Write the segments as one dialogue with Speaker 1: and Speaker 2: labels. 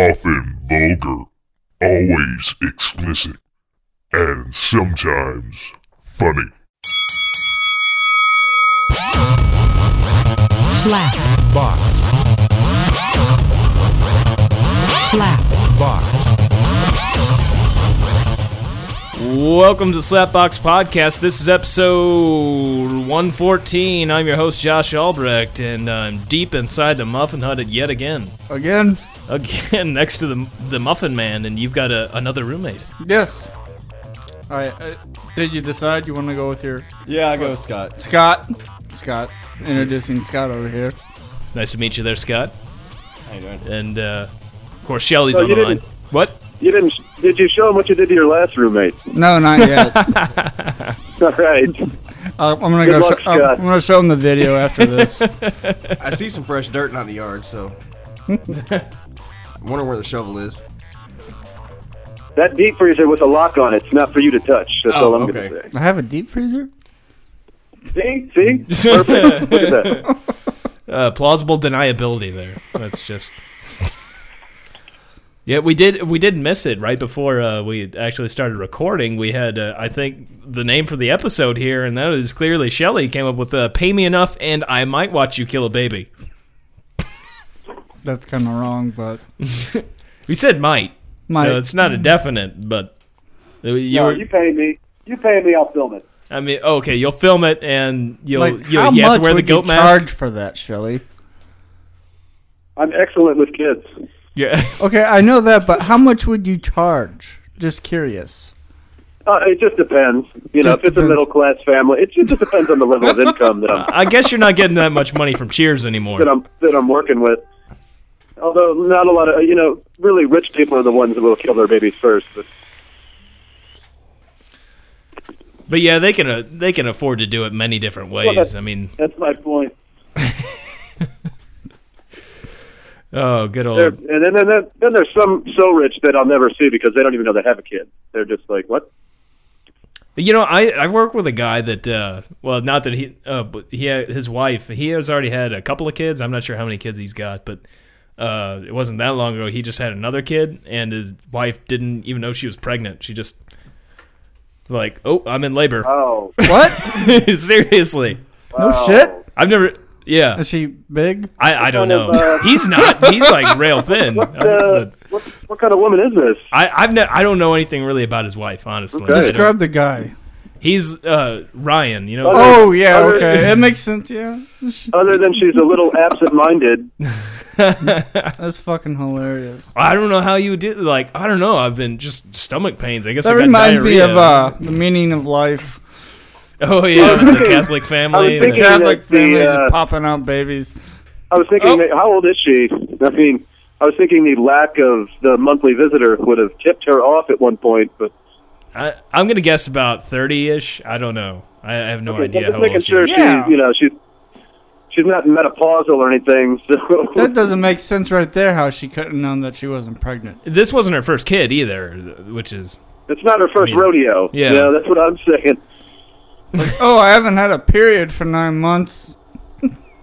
Speaker 1: often vulgar, always explicit, and sometimes funny.
Speaker 2: Slap
Speaker 3: box,
Speaker 2: slap
Speaker 3: box.
Speaker 4: Welcome to Slapbox Podcast. This is episode 114. I'm your host, Josh Albrecht, and I'm deep inside the Muffin Hut yet again.
Speaker 5: Again?
Speaker 4: Again, next to the, the Muffin Man, and you've got a, another roommate.
Speaker 5: Yes. All right. Uh, did you decide you want to go with your
Speaker 6: Yeah, I go with Scott.
Speaker 5: Scott? Scott. Introducing Scott over here.
Speaker 4: Nice to meet you there, Scott.
Speaker 6: How you doing?
Speaker 4: And, uh, of course, Shelly's
Speaker 7: Oh,
Speaker 4: on the
Speaker 7: you
Speaker 4: line. What?
Speaker 7: You didn't? Did you show him what you did to your last roommate?
Speaker 5: No, not yet. uh,
Speaker 7: All right.
Speaker 5: I'm gonna
Speaker 7: Good
Speaker 5: go.
Speaker 7: luck,
Speaker 5: show, I'm,
Speaker 7: Scott.
Speaker 5: I'm gonna show him the video after this.
Speaker 6: I see some fresh dirt out in the yard, so I wonder where the shovel is.
Speaker 7: That deep freezer with a lock on it's not for you to touch. That's
Speaker 6: Oh,
Speaker 7: all I'm
Speaker 6: okay.
Speaker 7: going to
Speaker 5: I have a deep freezer.
Speaker 7: say. See? See? Perfect. Look at that.
Speaker 4: Uh, plausible deniability there. That's just. Yeah, we did. We did miss it right before uh, we actually started recording. We had, uh, I think, the name for the episode here, and that is clearly Shelley came up with uh, "Pay me enough, and I might watch you kill a baby."
Speaker 5: That's kind of wrong, but
Speaker 4: We said "might,"
Speaker 5: Might. Mm-hmm.
Speaker 4: so it's not a definite, but you
Speaker 7: No,
Speaker 4: were.
Speaker 7: you pay me. You pay me. I'll film it.
Speaker 4: I mean, okay, you'll film it, and you'll
Speaker 5: like,
Speaker 4: you'll
Speaker 5: how
Speaker 4: you have
Speaker 5: much
Speaker 4: to wear the
Speaker 5: would
Speaker 4: goat
Speaker 5: you
Speaker 4: mask.
Speaker 5: charge for that, Shelly?
Speaker 7: I'm excellent with kids.
Speaker 4: Yeah.
Speaker 5: Okay, I know that, but how much would you charge? Just curious.
Speaker 7: Uh, it just depends. You know,
Speaker 5: Just
Speaker 7: if it's
Speaker 5: depends.
Speaker 7: a middle class family, it just just depends on the level of income that I'm,
Speaker 4: I guess you're not getting that much money from Cheers anymore.
Speaker 7: that I'm that I'm working with. Although not a lot of you know, really rich people are the ones that will kill their babies first. But
Speaker 4: But yeah, they can uh, they can afford to do it many different ways.
Speaker 7: that's-
Speaker 4: I mean,
Speaker 7: that's my point.
Speaker 4: oh, good
Speaker 7: There,
Speaker 4: old.
Speaker 7: and then, then then then there's some so rich that I'll never see because they don't even know they have a kid. They're just like, what?
Speaker 4: You know, I I work with a guy that uh, well, not that he uh, but he his wife he has already had a couple of kids. I'm not sure how many kids he's got, but uh, it wasn't that long ago. He just had another kid, and his wife didn't even know she was pregnant. She just like, oh, I'm in labor.
Speaker 7: Oh,
Speaker 5: What?
Speaker 4: Seriously,
Speaker 5: No shit.
Speaker 4: I've never. Yeah,
Speaker 5: Is she big?
Speaker 4: I, I don't
Speaker 7: kind
Speaker 4: know.
Speaker 7: of, uh,
Speaker 4: He's not. He's like rail thin.
Speaker 7: Uh, what, what kind of woman is this?
Speaker 4: I, I've ne- I don't know anything really about his wife, honestly.
Speaker 7: Okay.
Speaker 4: I don't-
Speaker 5: Describe the guy.
Speaker 4: He's uh, Ryan, you know.
Speaker 7: Oh,
Speaker 5: Oh yeah,
Speaker 7: other-
Speaker 5: okay, that makes sense. Yeah,
Speaker 7: Other than she's a little absent-minded.
Speaker 5: that's fucking hilarious.
Speaker 4: I don't know how you did. Like, I don't know. I've been just stomach pains. I guess I
Speaker 5: That
Speaker 4: got
Speaker 5: reminds
Speaker 4: diarrhea.
Speaker 5: me of uh, the meaning of life.
Speaker 4: oh yeah, the Catholic
Speaker 7: I
Speaker 4: family.
Speaker 7: was thinking-
Speaker 4: the-
Speaker 5: Catholic
Speaker 7: that the,
Speaker 5: families
Speaker 7: uh,
Speaker 5: just popping out babies.
Speaker 7: I was thinking,
Speaker 5: Oh.
Speaker 7: that- how old is she? I mean, I was thinking the lack of the monthly visitor would have tipped her off at one point, but
Speaker 4: I, I'm gonna guess about thirty-ish. I don't know. I, I have no
Speaker 7: I'm
Speaker 4: idea
Speaker 7: just
Speaker 4: how old
Speaker 7: making
Speaker 4: she
Speaker 7: sure
Speaker 4: is.
Speaker 7: she,
Speaker 5: Yeah.
Speaker 7: you know, she's she's not menopausal or anything. So
Speaker 5: That doesn't make sense right there. How she couldn't know that she wasn't pregnant.
Speaker 4: This wasn't her first kid either, which is
Speaker 7: it's not her first
Speaker 4: I mean,
Speaker 7: rodeo.
Speaker 4: yeah.
Speaker 7: you know, that's what I'm saying.
Speaker 5: Oh, I haven't had a period for nine months.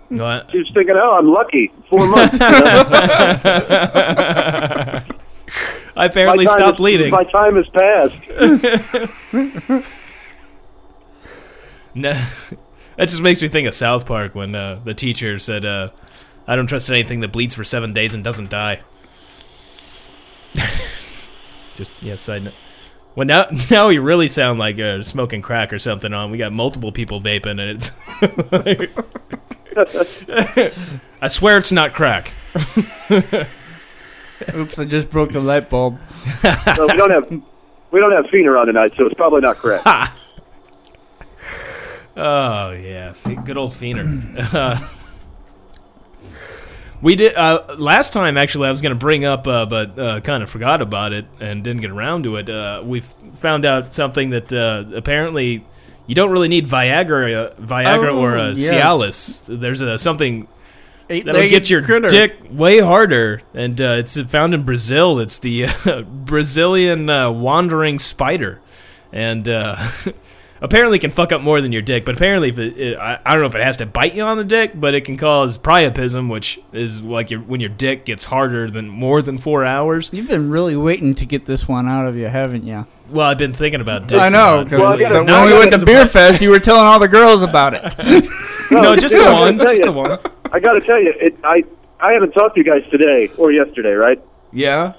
Speaker 4: what?
Speaker 7: She's thinking, oh, I'm lucky. Four months. you know?
Speaker 4: I
Speaker 7: My
Speaker 4: apparently
Speaker 7: time
Speaker 4: stopped
Speaker 7: is-
Speaker 4: bleeding.
Speaker 7: My time has passed.
Speaker 4: No, that just makes me think of South Park when uh, the teacher said, uh, "I don't trust anything that bleeds for seven days and doesn't die." just yeah, side note. Well, now now we really sound like uh, smoking crack or something. On we got multiple people vaping, and it's. I swear it's not crack.
Speaker 5: Oops, I just broke the light bulb.
Speaker 7: So we don't have we don't have Feener on tonight, so it's probably not correct.
Speaker 4: Oh yeah, F- good old Feener. Uh, we did uh, last time. Actually, I was going to bring up, uh, but uh, kind of forgot about it and didn't get around to it. Uh, we f- found out something that uh, apparently you don't really need Viagra, uh, Viagra
Speaker 5: Oh,
Speaker 4: or uh,
Speaker 5: yes.
Speaker 4: Cialis. There's uh, something
Speaker 5: Eight
Speaker 4: that'll get your dick way harder, and uh, it's found in Brazil. It's the uh, Brazilian uh, wandering spider, and uh, apparently can fuck up more than your dick. But apparently, if it, it, I, I don't know if it has to bite you on the dick, but it can cause priapism, which is like your, when your dick gets harder than more than four hours.
Speaker 3: You've been really waiting to get this one out of you, haven't you?
Speaker 4: Well, I've been thinking about dicks.
Speaker 5: I
Speaker 4: a
Speaker 5: know.
Speaker 4: lot
Speaker 5: 'cause
Speaker 7: Well, I gotta-
Speaker 5: the-
Speaker 7: no,
Speaker 5: when we
Speaker 4: I
Speaker 5: went to
Speaker 4: gotta-
Speaker 5: beer fest, you were telling all the girls about it.
Speaker 4: No, just the
Speaker 7: dude, I
Speaker 4: one.
Speaker 7: gotta
Speaker 4: Just
Speaker 7: tell
Speaker 4: the
Speaker 7: you.
Speaker 4: one.
Speaker 7: I got to tell you, it, I I haven't talked to you guys today or yesterday, right?
Speaker 6: Yeah.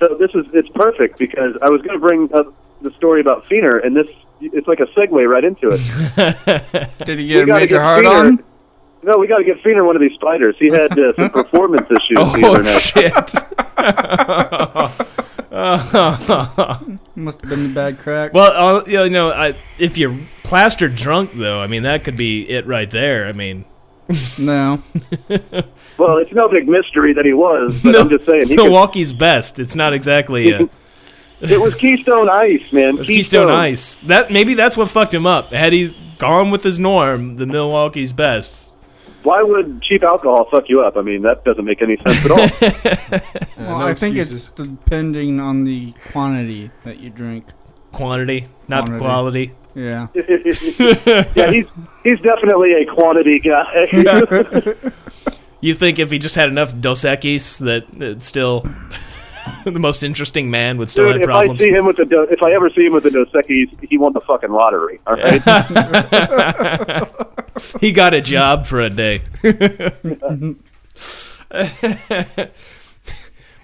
Speaker 7: So this is it's perfect because I was going to bring up the story about Feener, and this it's like a segue right into it.
Speaker 5: Did you get a
Speaker 7: gotta
Speaker 5: major hard
Speaker 7: Feener-
Speaker 5: on?
Speaker 7: No, we got to get Feener one of these spiders. He had uh, some performance issues the other
Speaker 4: Oh
Speaker 7: night.
Speaker 4: shit!
Speaker 5: Must have been the bad crack.
Speaker 4: Well, I'll, you know, I, if you're plastered drunk, though, I mean that could be it right there. I mean,
Speaker 3: No.
Speaker 7: Well, it's no big mystery that he was, but I'm just saying he could,
Speaker 4: Milwaukee's best. It's not exactly uh,
Speaker 7: it was Keystone Ice, man.
Speaker 4: it's Keystone Ice. That maybe that's what fucked him up. Had he gone with his norm, the Milwaukee's best.
Speaker 7: Why would cheap alcohol fuck you up? I mean, that doesn't make any sense at all.
Speaker 5: Well, I think it's
Speaker 3: Depending on the quantity that you drink.
Speaker 4: Quantity, not
Speaker 3: Quantity.
Speaker 4: quality.
Speaker 3: Yeah.
Speaker 7: yeah, he's he's definitely a quantity guy.
Speaker 4: You think if he just had enough Dos Equis that it's still the most interesting man would still
Speaker 7: Dude,
Speaker 4: have
Speaker 7: if I
Speaker 4: problems.
Speaker 7: see him with the Do- if I ever see him with the Dos Equis, he won the fucking lottery. All right.
Speaker 4: he got a job for a day.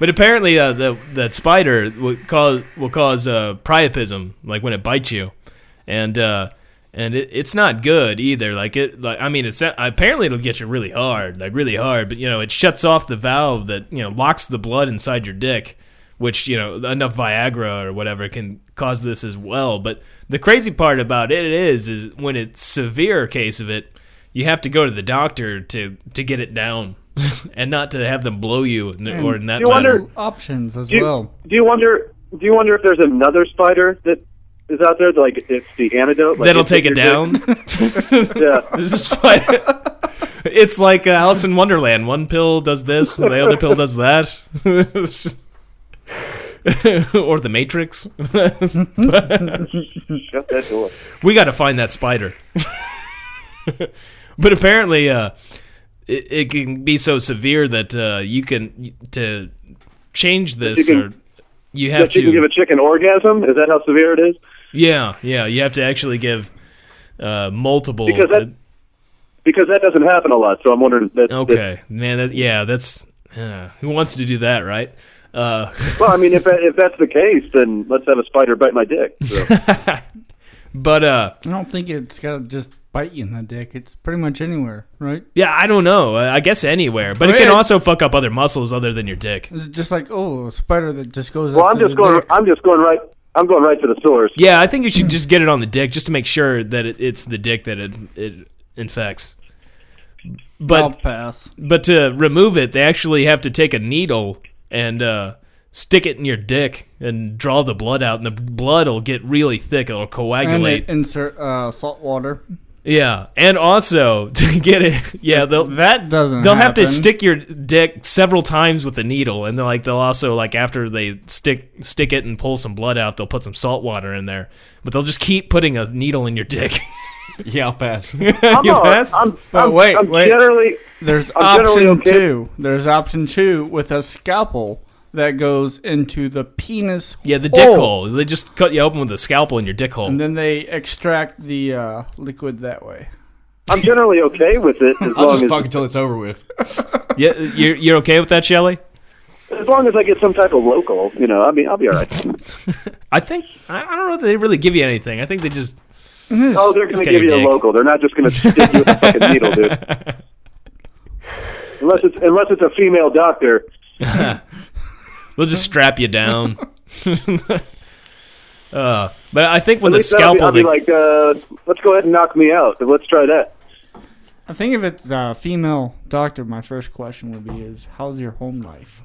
Speaker 4: but apparently, uh, the, that spider will cause will cause uh, priapism, like when it bites you, and uh, and it, it's not good either. Like it, like I mean, it's apparently it'll get you really hard, like really hard. But you know, it shuts off the valve that you know locks the blood inside your dick, which you know enough Viagra or whatever can cause this as well. But the crazy part about it is, is when it's severe case of it, you have to go to the doctor to to get it down. and not to have them blow you, in the- or in that
Speaker 7: you wonder-
Speaker 4: manner.
Speaker 3: Options as
Speaker 7: do, you,
Speaker 3: well.
Speaker 7: do you wonder? Do you wonder if there's another spider that is out there? That, like it's the antidote. Like,
Speaker 4: that'll
Speaker 7: it's-
Speaker 4: take it down.
Speaker 7: Yeah.
Speaker 4: This is fun. It's like uh, Alice in Wonderland. One pill does this, the other pill does that. It's just- or the Matrix.
Speaker 7: Shut that door.
Speaker 4: we got to find that spider. but apparently, uh, it, it can be so severe that uh, you can to change this.
Speaker 7: can-
Speaker 4: or you have
Speaker 7: That
Speaker 4: to
Speaker 7: you can give a chicken orgasm? Is that how severe it is?
Speaker 4: Yeah, yeah. You have to actually give uh, multiple.
Speaker 7: Because that- Because that doesn't happen a lot. So I'm wondering. That, that-
Speaker 4: okay, man. That, yeah, that's uh, who wants to do that, right? Uh,
Speaker 7: well, I mean, if that, if that's the case, then let's have a spider bite my dick. So.
Speaker 4: but uh,
Speaker 3: I don't think it's got to just bite you in the dick. It's pretty much anywhere, right?
Speaker 4: yeah, I don't know. I I guess anywhere, but it can
Speaker 5: Wait.
Speaker 4: also fuck up other muscles other than your dick.
Speaker 3: It's just like, oh, a spider that just goes
Speaker 7: well,
Speaker 3: up
Speaker 7: I'm
Speaker 3: to
Speaker 7: just
Speaker 3: the
Speaker 7: going.
Speaker 3: dick.
Speaker 7: I'm just going right. I'm going right to the source.
Speaker 4: Yeah, I think you should just get it on the dick just to make sure that it, it's the dick that it, it infects.
Speaker 5: I'll
Speaker 4: But
Speaker 5: pass.
Speaker 4: but to remove it, they actually have to take a needle and uh, stick it in your dick and draw the blood out, and the blood will get really thick. It'll
Speaker 3: And
Speaker 4: coagulate.
Speaker 3: they insert uh, salt water.
Speaker 4: Yeah, and also to get it, yeah, they'll
Speaker 3: That doesn't
Speaker 4: they'll have to
Speaker 3: happen.
Speaker 4: stick your dick several times with a needle, and they'll like they'll also like after they stick stick it and pull some blood out, they'll put some salt water in there, but they'll just keep putting a needle in your dick.
Speaker 6: Yeah, I'll pass.
Speaker 7: I'm,
Speaker 4: you
Speaker 7: all-
Speaker 4: pass?
Speaker 7: I'm,
Speaker 3: But
Speaker 7: I'm-
Speaker 3: wait,
Speaker 7: I'm
Speaker 3: wait.
Speaker 7: generally
Speaker 3: There's
Speaker 7: I'm
Speaker 3: option
Speaker 7: generally okay-
Speaker 3: two. There's option two with a scalpel that goes into the penis.
Speaker 4: yeah, the dick
Speaker 3: hole.
Speaker 4: hole. They just cut you open with a scalpel in your dick hole.
Speaker 3: And then they extract the uh, liquid that way.
Speaker 7: I'm generally okay with it as
Speaker 6: I'll
Speaker 7: long
Speaker 6: just
Speaker 7: as
Speaker 6: fuck until it's over with.
Speaker 4: yeah, you're you're okay with that, Shelly?
Speaker 7: as long as I get some type of local, you know, I mean, I'll be all right.
Speaker 4: I think I, I don't know if they really give you anything. I think they just
Speaker 7: oh, they're going
Speaker 4: Just
Speaker 7: to
Speaker 4: get
Speaker 7: give you
Speaker 4: your
Speaker 7: a
Speaker 4: dick.
Speaker 7: local. They're not just going to stick you with a fucking needle, dude. Unless it's unless it's a female doctor.
Speaker 4: they'll just strap you down. uh, but I think when the
Speaker 7: At least that'll be-
Speaker 4: scalpel,
Speaker 7: I'll be
Speaker 4: they-
Speaker 7: like, uh, let's go ahead and knock me out. Let's try that.
Speaker 3: I think if it's a female doctor, my first question would be is, how's your home life?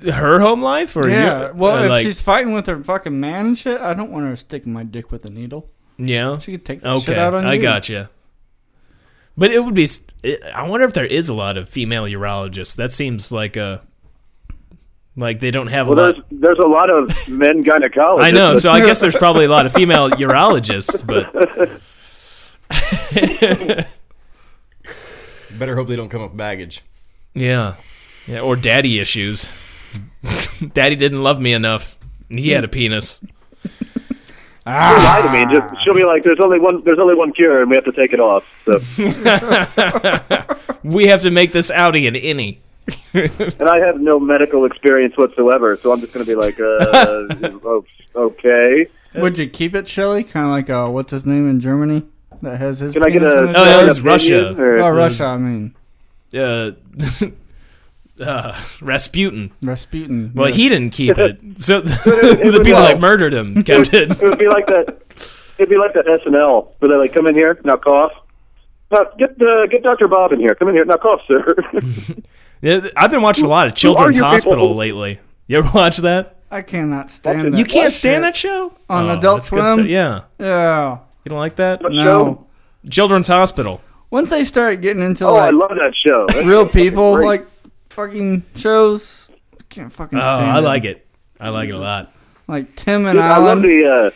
Speaker 4: her home life or
Speaker 3: yeah,
Speaker 4: you-
Speaker 3: well,
Speaker 4: uh,
Speaker 3: if
Speaker 4: like-
Speaker 3: she's fighting with her fucking man and shit, I don't want her sticking my dick with a needle.
Speaker 4: yeah
Speaker 3: She could take that
Speaker 4: okay
Speaker 3: shit out on
Speaker 4: i
Speaker 3: you.
Speaker 4: gotcha but it would be s- it- i wonder if there is a lot of female urologists that seems like a Like they don't have
Speaker 7: Well,
Speaker 4: a lot.
Speaker 7: there's there's a lot of men gynecologists.
Speaker 4: I know, so I guess there's probably a lot of female urologists, but
Speaker 6: Better hope they don't come up with baggage.
Speaker 4: yeah, yeah, or daddy issues. Daddy didn't love me enough. and He had a penis.
Speaker 7: She'll lie to me and just she'll be like, "There's only one. There's only one cure, and we have to take it off." So,
Speaker 4: We have to make this Audi an innie.
Speaker 7: and I have no medical experience whatsoever, so I'm just going to be like, uh, oh, "Okay."
Speaker 5: Would you keep it, Shelly? Kind of like uh, what's his name in Germany that has his.
Speaker 7: Can I get
Speaker 5: penis
Speaker 7: a?
Speaker 5: in his
Speaker 4: Oh,
Speaker 5: mouth?
Speaker 4: that
Speaker 7: an
Speaker 4: was
Speaker 7: opinion,
Speaker 4: Russia.
Speaker 7: or-
Speaker 5: Oh, Russia. I mean
Speaker 4: Uh, uh, Rasputin.
Speaker 5: Rasputin.
Speaker 4: Well,
Speaker 5: Yeah.
Speaker 4: he didn't keep it, so
Speaker 7: it
Speaker 4: the
Speaker 7: was
Speaker 4: people
Speaker 7: all-
Speaker 4: that murdered him kept it.
Speaker 7: It would be like that. It'd be like that SNL where they like come in here now cough. Now, get uh, get Doctor Bob in here. Come in here now cough, sir.
Speaker 4: Yeah, I've been watching a lot of Children's
Speaker 7: you people?
Speaker 4: Hospital lately. You ever watch that?
Speaker 5: I cannot stand that.
Speaker 4: You can't
Speaker 5: shit.
Speaker 4: stand that show Oh,
Speaker 5: On Adult
Speaker 4: that's good
Speaker 5: Swim?
Speaker 4: stuff. Yeah,
Speaker 5: Yeah.
Speaker 4: you don't like that?
Speaker 5: No.
Speaker 4: Children's Hospital.
Speaker 5: Once they start getting into
Speaker 7: Oh, I
Speaker 5: like
Speaker 7: love that show.
Speaker 5: real people,
Speaker 7: great.
Speaker 5: like fucking shows, I can't fucking
Speaker 4: Oh,
Speaker 5: stand.
Speaker 4: I like it. I like it a lot.
Speaker 5: Like Tim and
Speaker 7: Dude, I love
Speaker 5: Alan.
Speaker 7: the uh,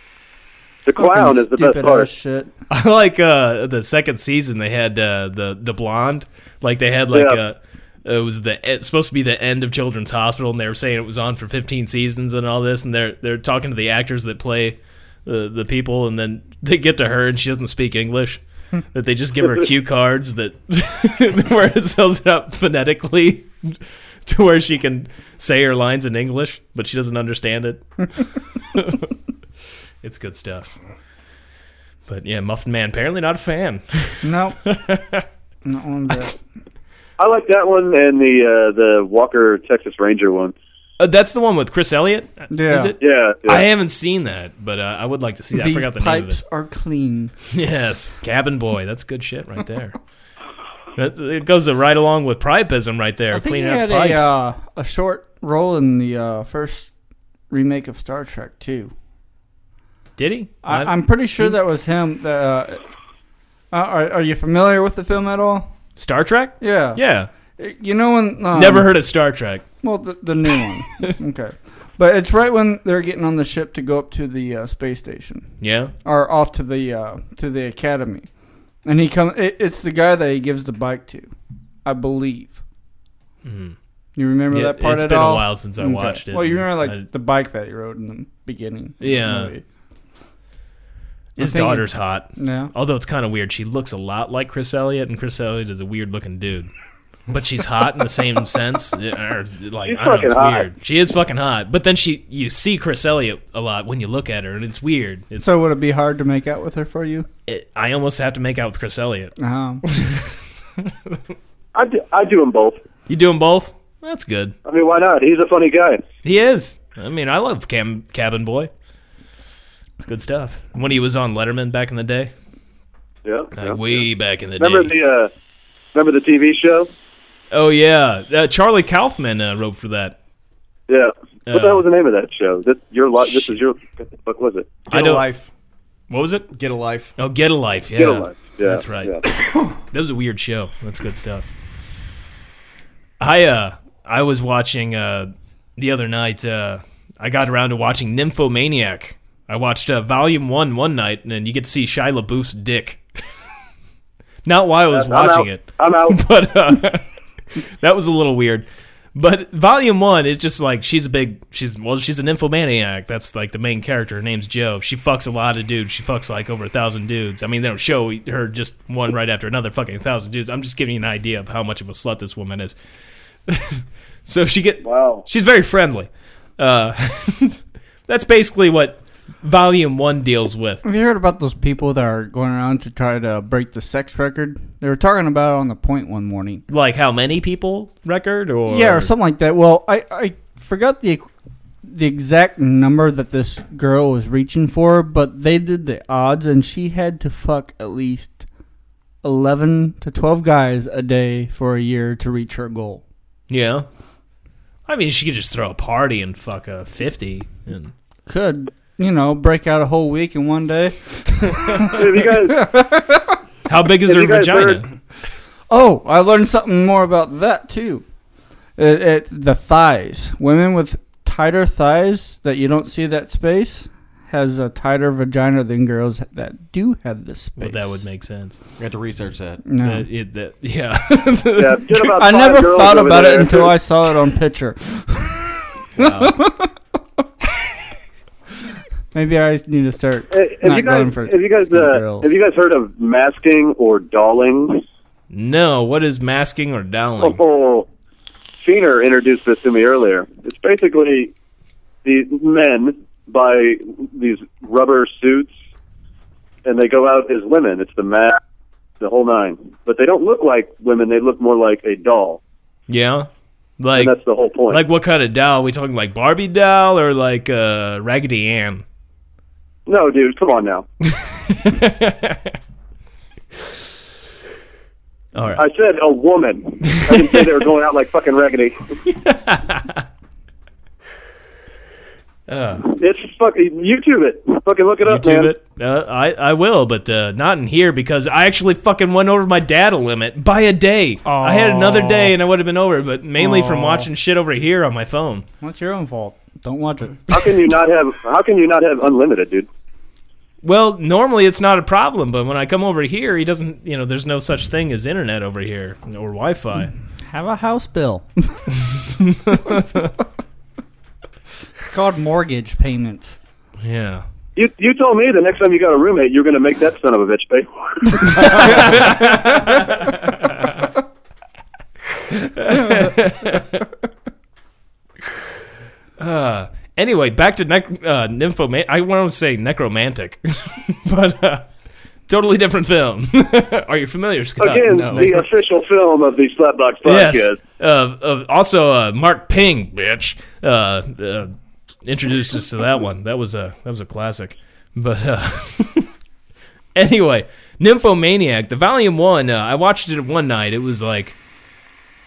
Speaker 7: the clown is the best
Speaker 5: Stupid
Speaker 7: part.
Speaker 5: ass shit.
Speaker 4: I like uh, the second season. They had uh, the the blonde. Like they had like
Speaker 7: Yeah.
Speaker 4: uh, it was the it's supposed to be the end of Children's Hospital, and they were saying it was on for 15 seasons and all this, and they're they're talking to the actors that play the the people, and then they get to her and she doesn't speak English. That they just give her cue cards that where it spells it out phonetically to where she can say her lines in English, but she doesn't understand it. it's good stuff. But yeah, Muffin Man apparently not a fan.
Speaker 5: Nope. Not one bit.
Speaker 7: I like that one and the uh, the Walker Texas Ranger one.
Speaker 4: Uh, that's the one with Chris Elliott.
Speaker 5: Yeah.
Speaker 4: Is it?
Speaker 7: Yeah, yeah.
Speaker 4: I haven't seen that, but uh, I would like to see that. I
Speaker 5: These
Speaker 4: forgot the
Speaker 5: pipes are clean.
Speaker 4: name of it. Yes, Cabin Boy. That's good shit right there. That's, it goes right along with priapism right there.
Speaker 5: I think he
Speaker 4: cleaning out
Speaker 5: had
Speaker 4: the pipes.
Speaker 5: a uh, a short role in the uh, first remake of Star Trek too.
Speaker 4: Did he?
Speaker 5: I, I'm pretty sure
Speaker 4: Hmm?
Speaker 5: that was him. That, uh, uh, are, are you familiar with the film at all?
Speaker 4: Star Trek.
Speaker 5: Yeah.
Speaker 4: Yeah,
Speaker 5: You know when? Um,
Speaker 4: never heard of Star Trek.
Speaker 5: Well, the, the new one. okay. But it's right when they're getting on the ship to go up to the uh, space station
Speaker 4: Yeah.
Speaker 5: or off to the uh, to the academy, and he come. It, it's the guy that he gives the bike to, I believe. You remember
Speaker 4: Hmm. Yeah,
Speaker 5: that part
Speaker 4: it's
Speaker 5: at
Speaker 4: been a
Speaker 5: all?
Speaker 4: while since I watched it, Uh,
Speaker 5: Well, you
Speaker 4: and
Speaker 5: remember like
Speaker 4: I-
Speaker 5: the bike that he rode in the beginning. of the
Speaker 4: Yeah.
Speaker 5: movie.
Speaker 4: His
Speaker 5: thinking-
Speaker 4: daughter's hot.
Speaker 5: Yeah.
Speaker 4: Although it's kind of weird. She looks a lot like Chris Elliott, and Chris Elliott is a weird looking dude. But she's hot in the same sense. It- or, like
Speaker 7: She's
Speaker 4: I don't know,
Speaker 7: fucking
Speaker 4: it's
Speaker 7: hot.
Speaker 4: weird. She is fucking hot. But then she you see Chris Elliott a lot when you look at her, and it's weird. It's
Speaker 5: So would it be hard to make out with her for you?
Speaker 4: it, I almost have to make out with Chris Elliott.
Speaker 5: Uh-huh.
Speaker 7: I do, I do them both.
Speaker 4: You do them both? That's good.
Speaker 7: I mean, why not? He's a funny guy.
Speaker 4: He is. I mean, I love Cam, Cabin Boy. It's good stuff. When he was on Letterman back in the day,
Speaker 7: Yeah.
Speaker 4: like
Speaker 7: yeah.
Speaker 4: way back in the
Speaker 7: Remember
Speaker 4: day.
Speaker 7: the uh, remember the TV show?
Speaker 4: oh yeah, uh, Charlie Kaufman uh, wrote for that.
Speaker 7: Yeah. What
Speaker 4: Uh,
Speaker 7: the hell was the name of that show? This your life. This is your. What the fuck was it?
Speaker 4: I
Speaker 6: Get a
Speaker 4: don't-
Speaker 6: life.
Speaker 4: What was it?
Speaker 6: Get a life.
Speaker 4: Oh, Get a Life. Yeah,
Speaker 7: Get a life. Yeah.
Speaker 4: that's right.
Speaker 7: yeah.
Speaker 4: That was a weird show. That's good stuff. I uh I was watching uh the other night uh I got around to watching Nymphomaniac. I watched uh, volume 1 one night and then you get to see Shia LaBeouf's dick. Not while I was
Speaker 7: I'm
Speaker 4: watching
Speaker 7: out.
Speaker 4: it
Speaker 7: I'm out.
Speaker 4: but uh, that was a little weird. But volume one is just like she's a big she's well she's an infomaniac. That's like the main character. Her name's Joe. She fucks a lot of dudes. She fucks like over a thousand dudes. I mean they don't show her just one right after another fucking thousand dudes. I'm just giving you an idea of how much of a slut this woman is. so she get
Speaker 7: Wow.
Speaker 4: she's very friendly. Uh, that's basically what volume one deals with.
Speaker 5: Have you heard about those people that are going around to try to break the sex record? They were talking about it on the point one morning.
Speaker 4: Like how many people record or
Speaker 5: yeah, or something like that. Well, I, I forgot the the exact number that this girl was reaching for, but they did the odds, and she had to fuck at least eleven to twelve guys a day for a year to reach her goal.
Speaker 4: Yeah. I mean, she could just throw a party and fuck a 50. And
Speaker 5: Could you know break out a whole week in one day?
Speaker 7: Have you guys,
Speaker 4: how big is
Speaker 7: Have
Speaker 4: her
Speaker 7: you guys
Speaker 4: vagina?
Speaker 7: heard-
Speaker 5: Oh, I learned something more about that too. It, it, the thighs. Women with tighter thighs that you don't see that space has a tighter vagina than girls that do have this space.
Speaker 4: Well, that would make sense.
Speaker 6: We have to research that.
Speaker 5: No.
Speaker 4: That- it- that- yeah.
Speaker 7: Yeah, get about
Speaker 5: I
Speaker 7: five
Speaker 5: never
Speaker 7: girls
Speaker 5: thought
Speaker 7: over
Speaker 5: about
Speaker 7: there.
Speaker 5: it until I saw it on picture. Maybe I need to start
Speaker 7: Hey, Have
Speaker 5: not
Speaker 7: you
Speaker 5: going
Speaker 7: guys,
Speaker 5: for
Speaker 7: have you guys,
Speaker 5: skinny
Speaker 7: uh,
Speaker 5: girls.
Speaker 7: have you guys heard of masking or dolling?
Speaker 4: no, what is masking or dowling?
Speaker 7: Oh, Feener introduced this to me earlier. It's basically these men buy these rubber suits and they go out as women. It's the mat, the whole nine. But they don't look like women. They look more like a doll.
Speaker 4: Yeah. Like
Speaker 7: And that's the whole point.
Speaker 4: like what kind of doll? we talking like Barbie doll or like uh, Raggedy Ann?
Speaker 7: no, dude, come on now.
Speaker 4: All right.
Speaker 7: I said a woman. I didn't say they were going out like fucking raggedy. Uh. It's fucking YouTube it. Fucking look it up,
Speaker 4: YouTube
Speaker 7: man.
Speaker 4: it. Uh, I, I will, but uh, not in here because I actually fucking went over my data limit by a day. I had another day and I would have been over, but mainly from watching shit over here on my phone.
Speaker 5: What's your own fault? Don't watch it.
Speaker 7: How can you not have? How can you not have unlimited, dude?
Speaker 4: Well, normally it's not a problem, but when I come over here, he doesn't, you know, there's no such thing as internet over here or Wi Fi.
Speaker 5: Have a house bill. it's called mortgage payments.
Speaker 4: Yeah.
Speaker 7: You you told me the next time you got a roommate, you're going to make that son of a bitch pay.
Speaker 4: Anyway, back to nec- uh, Nymphoman. I want to say Necromantic, but uh, totally different film. Are you familiar, Scott?
Speaker 7: Again,
Speaker 4: No.
Speaker 7: the official film of the Slapbox podcast.
Speaker 4: Yes. Uh, uh, also, uh, Mark Ping, bitch, uh, uh, introduced us to that one. That was a that was a classic. But uh, anyway, Nymphomaniac, the Volume One. Uh, I watched it one night. It was like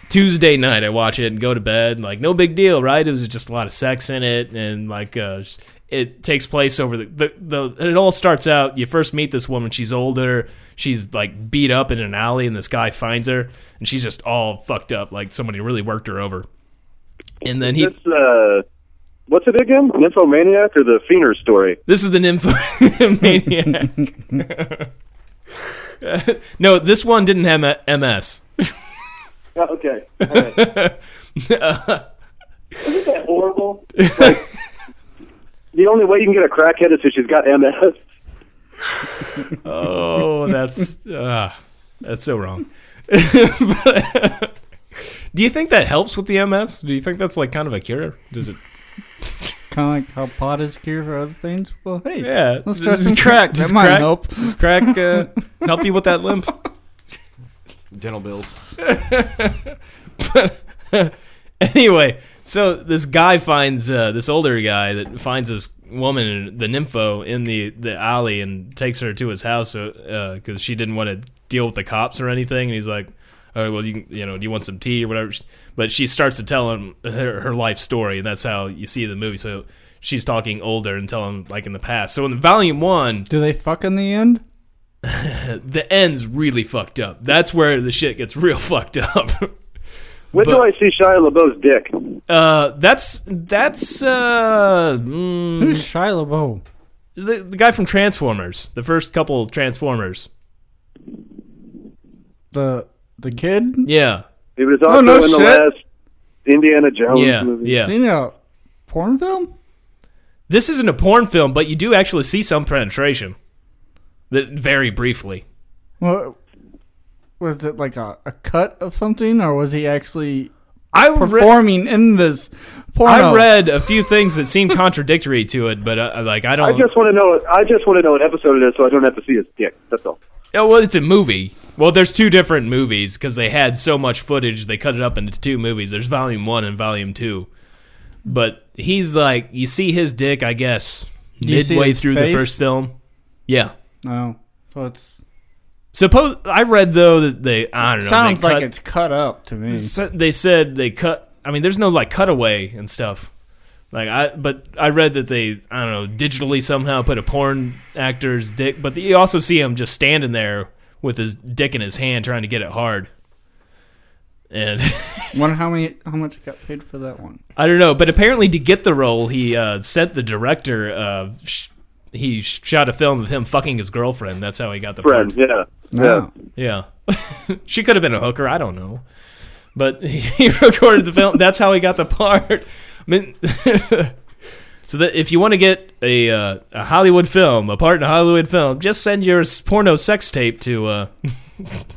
Speaker 4: Tuesday night. I watch it and go to bed. Like no big deal, right? It was just a lot of sex in it, and like uh, it takes place over the, the the. It all starts out. You first meet this woman. She's older. She's like beat up in an alley, and this guy finds her, and she's just all fucked up. Like somebody really worked her over. And then he.
Speaker 7: This uh, what's it again? Nymphomaniac or the Feener story?
Speaker 4: This is the nymphomaniac. no, this one didn't have M- MS.
Speaker 7: Oh, okay. All right. Isn't that horrible? Like, the only way you can get a crackhead is if she's got MS.
Speaker 4: Oh, that's uh, that's so wrong. do you think that helps with the MS? Do you think that's like kind of a cure? Does it?
Speaker 5: Kind of like how pot is cure for other things. Well, hey,
Speaker 4: Yeah,
Speaker 5: let's try
Speaker 4: does
Speaker 5: some crack. That
Speaker 4: does
Speaker 5: might
Speaker 4: crack-
Speaker 5: help.
Speaker 4: Does crack uh, help you with that lymph?
Speaker 6: Dental bills.
Speaker 4: anyway, so this guy finds uh, this older guy that finds this woman, the nympho, in the, the alley and takes her to his house because she didn't want to deal with the cops or anything. And he's like, "All right, well, you can- you know, do you want some tea or whatever?" But she starts to tell him her, her life story, and that's how you see the movie. So she's talking older and telling like in the past. So in the volume one,
Speaker 5: Do they fuck in the end?
Speaker 4: the end's really fucked up. That's where the shit gets real fucked up.
Speaker 7: When do
Speaker 4: But-
Speaker 7: I see Shia LaBeouf's dick?
Speaker 4: Uh, that's that's uh, mm,
Speaker 5: Who's Shia LaBeouf?
Speaker 4: the, the guy from Transformers, the first couple Transformers.
Speaker 5: The the kid?
Speaker 4: Yeah,
Speaker 7: He was
Speaker 5: Oh,
Speaker 7: also
Speaker 5: no
Speaker 7: in the
Speaker 5: shit.
Speaker 7: last Indiana Jones
Speaker 4: yeah,
Speaker 7: Oh, movie.
Speaker 4: yeah.
Speaker 5: Seen a porn film?
Speaker 4: This isn't a porn film, but you do actually see some penetration, that very briefly.
Speaker 5: What was it like a, a cut of something, or was he actually
Speaker 4: I read,
Speaker 5: performing in this porno?
Speaker 4: I read a few things that seem contradictory to it, but uh, like I
Speaker 7: I
Speaker 4: don't.
Speaker 7: just want to know. I just want to know an episode of this, so I don't have to see his dick. That's all.
Speaker 4: Oh, well, it's a movie. Well, there's two different movies because they had so much footage, they cut it up into two movies. There's Volume One and Volume Two. But he's like, you see his dick, I guess,
Speaker 5: you see
Speaker 4: midway
Speaker 5: his
Speaker 4: through
Speaker 5: face?
Speaker 4: the first film. Yeah.
Speaker 5: No, Oh, so it's
Speaker 4: Suppose I read though that they I don't know.
Speaker 5: sounds
Speaker 4: they
Speaker 5: like
Speaker 4: cut-
Speaker 5: it's cut up to me.
Speaker 4: s- They said they cut. I mean, there's no like cutaway and stuff. Like I, but I read that they I don't know digitally somehow put a porn actor's dick, but you also see him just standing there with his dick in his hand trying to get it hard. and
Speaker 3: Wonder how many, how much it got paid for that one.
Speaker 4: I don't know. But apparently, to get the role, he uh, sent the director. Uh, sh- he shot a film of him fucking his girlfriend. That's how he got the part.
Speaker 7: Friend, yeah, yeah.
Speaker 4: Yeah. she could have been a hooker. I don't know. But he recorded the film. That's how he got the part. I mean, so that if you want to get a, uh, a Hollywood film, a part in a Hollywood film, just send your s- porno sex tape to. Uh,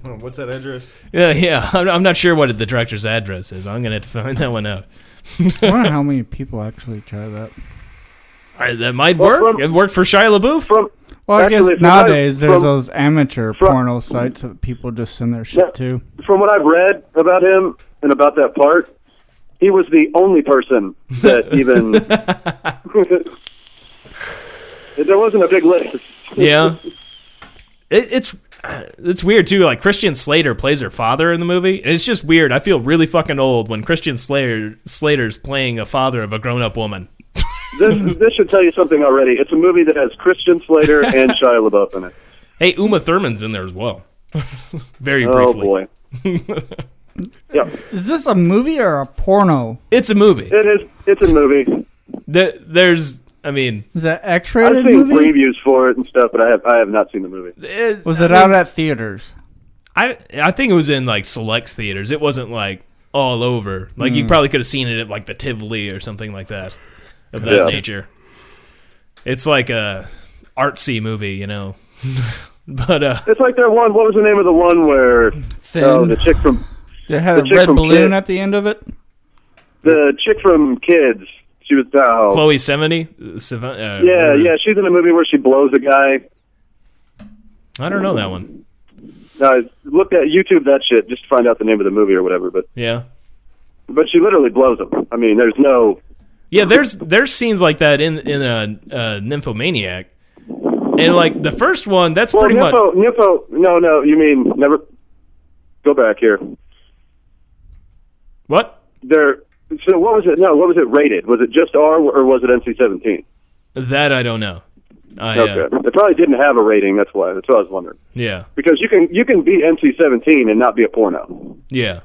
Speaker 6: Oh, what's that address?
Speaker 4: yeah, yeah. I'm, I'm not sure what the director's address is. I'm gonna have to find that one out.
Speaker 3: I wonder how many people actually try that.
Speaker 4: I, that might
Speaker 7: Well,
Speaker 4: work.
Speaker 7: from-
Speaker 4: it worked for Shia LaBeouf.
Speaker 7: From
Speaker 3: Well, I
Speaker 7: Actually,
Speaker 3: guess
Speaker 7: from what I-
Speaker 3: nowadays there's
Speaker 7: from-
Speaker 3: those amateur
Speaker 7: from-
Speaker 3: porno sites that people just send their shit
Speaker 7: Yeah.
Speaker 3: to.
Speaker 7: from what I've read about him and about that part, he was the only person that even. there wasn't a big list.
Speaker 4: Yeah. It, it's it's weird too. Like Christian Slater plays her father in the movie, and it's just weird. I feel really fucking old when Christian Slater Slater's playing a father of a grown up woman.
Speaker 7: This this should tell you something already. It's a movie that has Christian Slater and Shia LaBeouf in it.
Speaker 4: Hey, Uma Thurman's in there as well. Very
Speaker 7: Oh
Speaker 4: briefly.
Speaker 7: boy,
Speaker 5: Is this a movie or a porno?
Speaker 4: It's a movie.
Speaker 7: it is. It's a movie.
Speaker 4: There, there's, I mean,
Speaker 5: Is that
Speaker 7: I've
Speaker 5: X-rated
Speaker 7: seen
Speaker 5: movie?
Speaker 7: previews for it and stuff, but I have I have not seen the movie.
Speaker 4: it,
Speaker 5: Was it out at theaters?
Speaker 4: I I think it was in like select theaters. It wasn't like all over. Like
Speaker 7: Hmm.
Speaker 4: you probably could have seen it at like the Tivoli or something like that, of that
Speaker 7: Yeah.
Speaker 4: nature. It's like a artsy movie, you know. but uh,
Speaker 7: It's like that one. What was the name of the one where? Oh, the chick from
Speaker 5: It had
Speaker 7: The
Speaker 5: a
Speaker 7: chick
Speaker 5: red
Speaker 7: from
Speaker 5: balloon
Speaker 7: Kid.
Speaker 5: at the end of it.
Speaker 7: the chick from Kids. She was oh,
Speaker 4: Chloe Sevigny, uh, Sev- uh,
Speaker 7: Yeah, yeah. She's in a movie where she blows a guy.
Speaker 4: I don't know that one.
Speaker 7: Uh, look at YouTube that shit just to find out the name of the movie or whatever. But
Speaker 4: Yeah,
Speaker 7: but she literally blows him. I mean, there's no.
Speaker 4: yeah. There's there's scenes like that in in uh, uh, Nymphomaniac, and like the first one, that's
Speaker 7: Well,
Speaker 4: pretty much.
Speaker 7: Nippo, Nippo. No, no. You mean never? Go back here.
Speaker 4: What
Speaker 7: There. So what was it? No, what was it rated? Was it just R or was it NC-17?
Speaker 4: that I don't know. I, uh,
Speaker 7: Okay, it probably didn't have a rating. That's why. That's what I was wondering.
Speaker 4: yeah.
Speaker 7: Because you can you can be NC-17 and not be a porno.
Speaker 4: Yeah.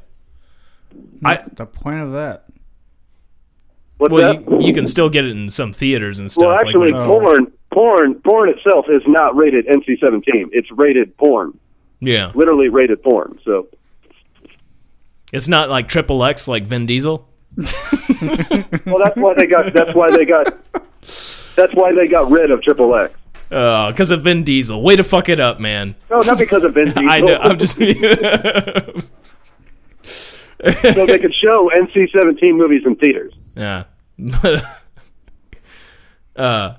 Speaker 4: I
Speaker 3: The point of that.
Speaker 7: What's
Speaker 4: well,
Speaker 7: that?
Speaker 4: you, you can still get it in some theaters and stuff.
Speaker 7: well, actually,
Speaker 4: like when it's-
Speaker 7: porn porn porn itself is not rated NC-17. It's rated porn.
Speaker 4: yeah,
Speaker 7: Literally rated porn. So
Speaker 4: it's not like triple X like Vin Diesel.
Speaker 7: Well, that's why they got. That's why they got. That's why they got rid of Triple X.
Speaker 4: Oh, because of Vin Diesel. Way to fuck it up, man.
Speaker 7: No, not because of Vin Diesel.
Speaker 4: I know. I'm just.
Speaker 7: so they could show NC-17 movies in theaters.
Speaker 4: yeah, but uh,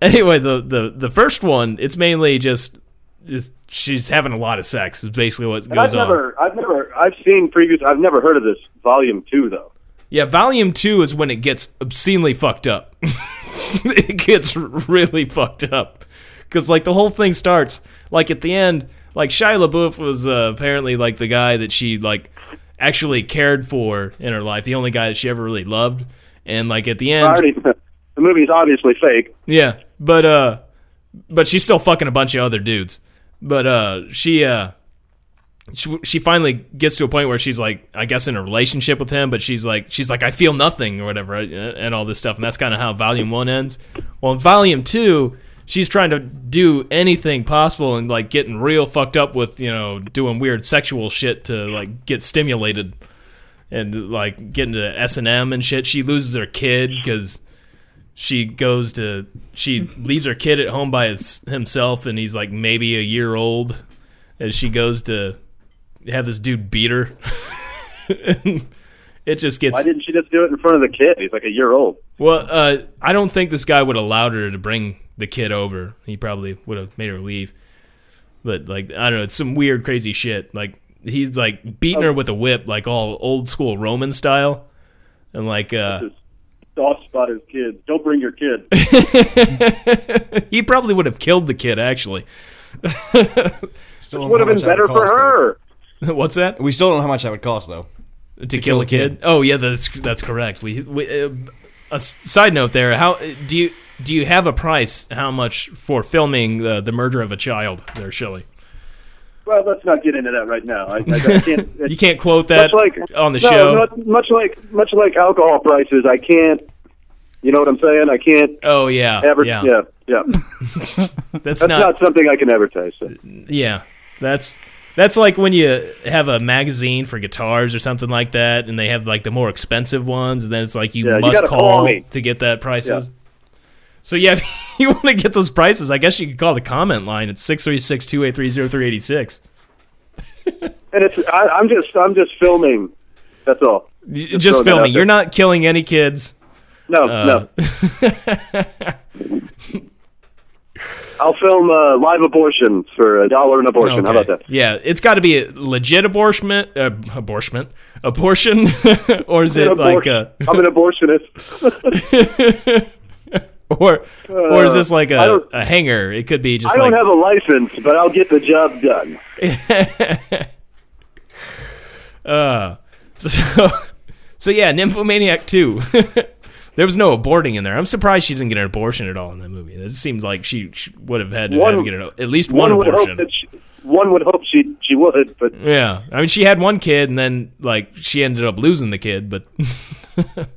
Speaker 4: anyway, the the the first one, it's mainly just just she's having a lot of sex. Is basically what
Speaker 7: And I've
Speaker 4: goes on.
Speaker 7: never, I've never, I've seen previews. I've never heard of this Volume Two though.
Speaker 4: Yeah, volume two is when it gets obscenely fucked up. it gets really fucked up because like the whole thing starts like at the end. Like Shia LaBeouf was uh, apparently like the guy that she like actually cared for in her life, the only guy that she ever really loved. And like at the end,
Speaker 7: I already, the movie's obviously fake.
Speaker 4: yeah, but uh, but she's still fucking a bunch of other dudes. But uh, she uh, she, she finally gets to a point where she's like, I guess, in a relationship with him. But she's like, she's like, I feel nothing or whatever, uh, and all this stuff. And that's kind of how Volume One ends. Well, in Volume Two, she's trying to do anything possible and like getting real fucked up with you know doing weird sexual shit to like get stimulated and like getting to S and M and shit. She loses her kid because she goes to she leaves her kid at home by his, himself, and he's like maybe a year old. And she goes to have this dude beat her. And it just gets
Speaker 7: Why didn't she just do it in front of the kid? He's like a year old.
Speaker 4: well, uh, I don't think this guy would have allowed her to bring the kid over. He probably would have made her leave. But like, I don't know, it's some weird, crazy shit. Like he's like beating her with a whip, like all old school Roman style, and like uh,
Speaker 7: Soft spot is kids. Don't bring your kid.
Speaker 4: he probably would have killed the kid. Actually,
Speaker 6: Still don't know
Speaker 7: Would have been
Speaker 6: how much that
Speaker 7: better
Speaker 6: would
Speaker 7: for
Speaker 6: cost,
Speaker 7: her.
Speaker 4: what's that?
Speaker 6: though. We still don't know how much that would cost, though.
Speaker 4: To, kill, a kid. Oh yeah, that's that's correct. We, we uh, a s- side note there. How do you do you have a price? How much for filming the the murder of a child? There, Shelley.
Speaker 7: Well, let's not get into that right now. I, I, I can't.
Speaker 4: You can't quote that
Speaker 7: much like,
Speaker 4: on the
Speaker 7: no,
Speaker 4: show.
Speaker 7: not- much like much like alcohol prices, I can't. You know what I'm saying? I can't
Speaker 4: oh yeah,
Speaker 7: ever.
Speaker 4: yeah.
Speaker 7: yeah, yeah.
Speaker 4: That's,
Speaker 7: That's
Speaker 4: not
Speaker 7: not something I can advertise. So.
Speaker 4: Yeah, that's that's like when you have a magazine for guitars or something like that, and they have like the more expensive ones, and then it's like you
Speaker 7: Yeah, you
Speaker 4: must
Speaker 7: gotta call
Speaker 4: call
Speaker 7: me.
Speaker 4: to get that prices.
Speaker 7: Yeah.
Speaker 4: So yeah, if you want to get those prices, I guess you could call the comment line at 636-283-0386.
Speaker 7: And it's I, I'm just I'm just filming. That's all.
Speaker 4: Y- Just
Speaker 7: throw that out
Speaker 4: filming.
Speaker 7: there.
Speaker 4: You're not killing any kids.
Speaker 7: No,
Speaker 4: Uh,
Speaker 7: no. I'll film uh, live abortions for a dollar an abortion. How
Speaker 4: Okay.
Speaker 7: about that?
Speaker 4: Yeah, it's got to be a legit abortion, uh, abortion, abortion, or is it
Speaker 7: An
Speaker 4: like
Speaker 7: abor-
Speaker 4: a,
Speaker 7: I'm an abortionist.
Speaker 4: or or is
Speaker 7: Uh,
Speaker 4: this like
Speaker 7: I
Speaker 4: a,
Speaker 7: don't-
Speaker 4: a hanger? It could be just
Speaker 7: I don't
Speaker 4: like
Speaker 7: have a license, but I'll get the job done.
Speaker 4: Uh, so, so yeah, Nymphomaniac 2. there was no aborting in there. I'm surprised she didn't get an abortion at all in that movie. It seemed like she, she would have had to,
Speaker 7: One-
Speaker 4: have to get an, at least one,
Speaker 7: would hope
Speaker 4: abortion. Mm.
Speaker 7: that she, one would hope she she would, but
Speaker 4: yeah. I mean, she had one kid and then, like, she ended up losing the kid, but.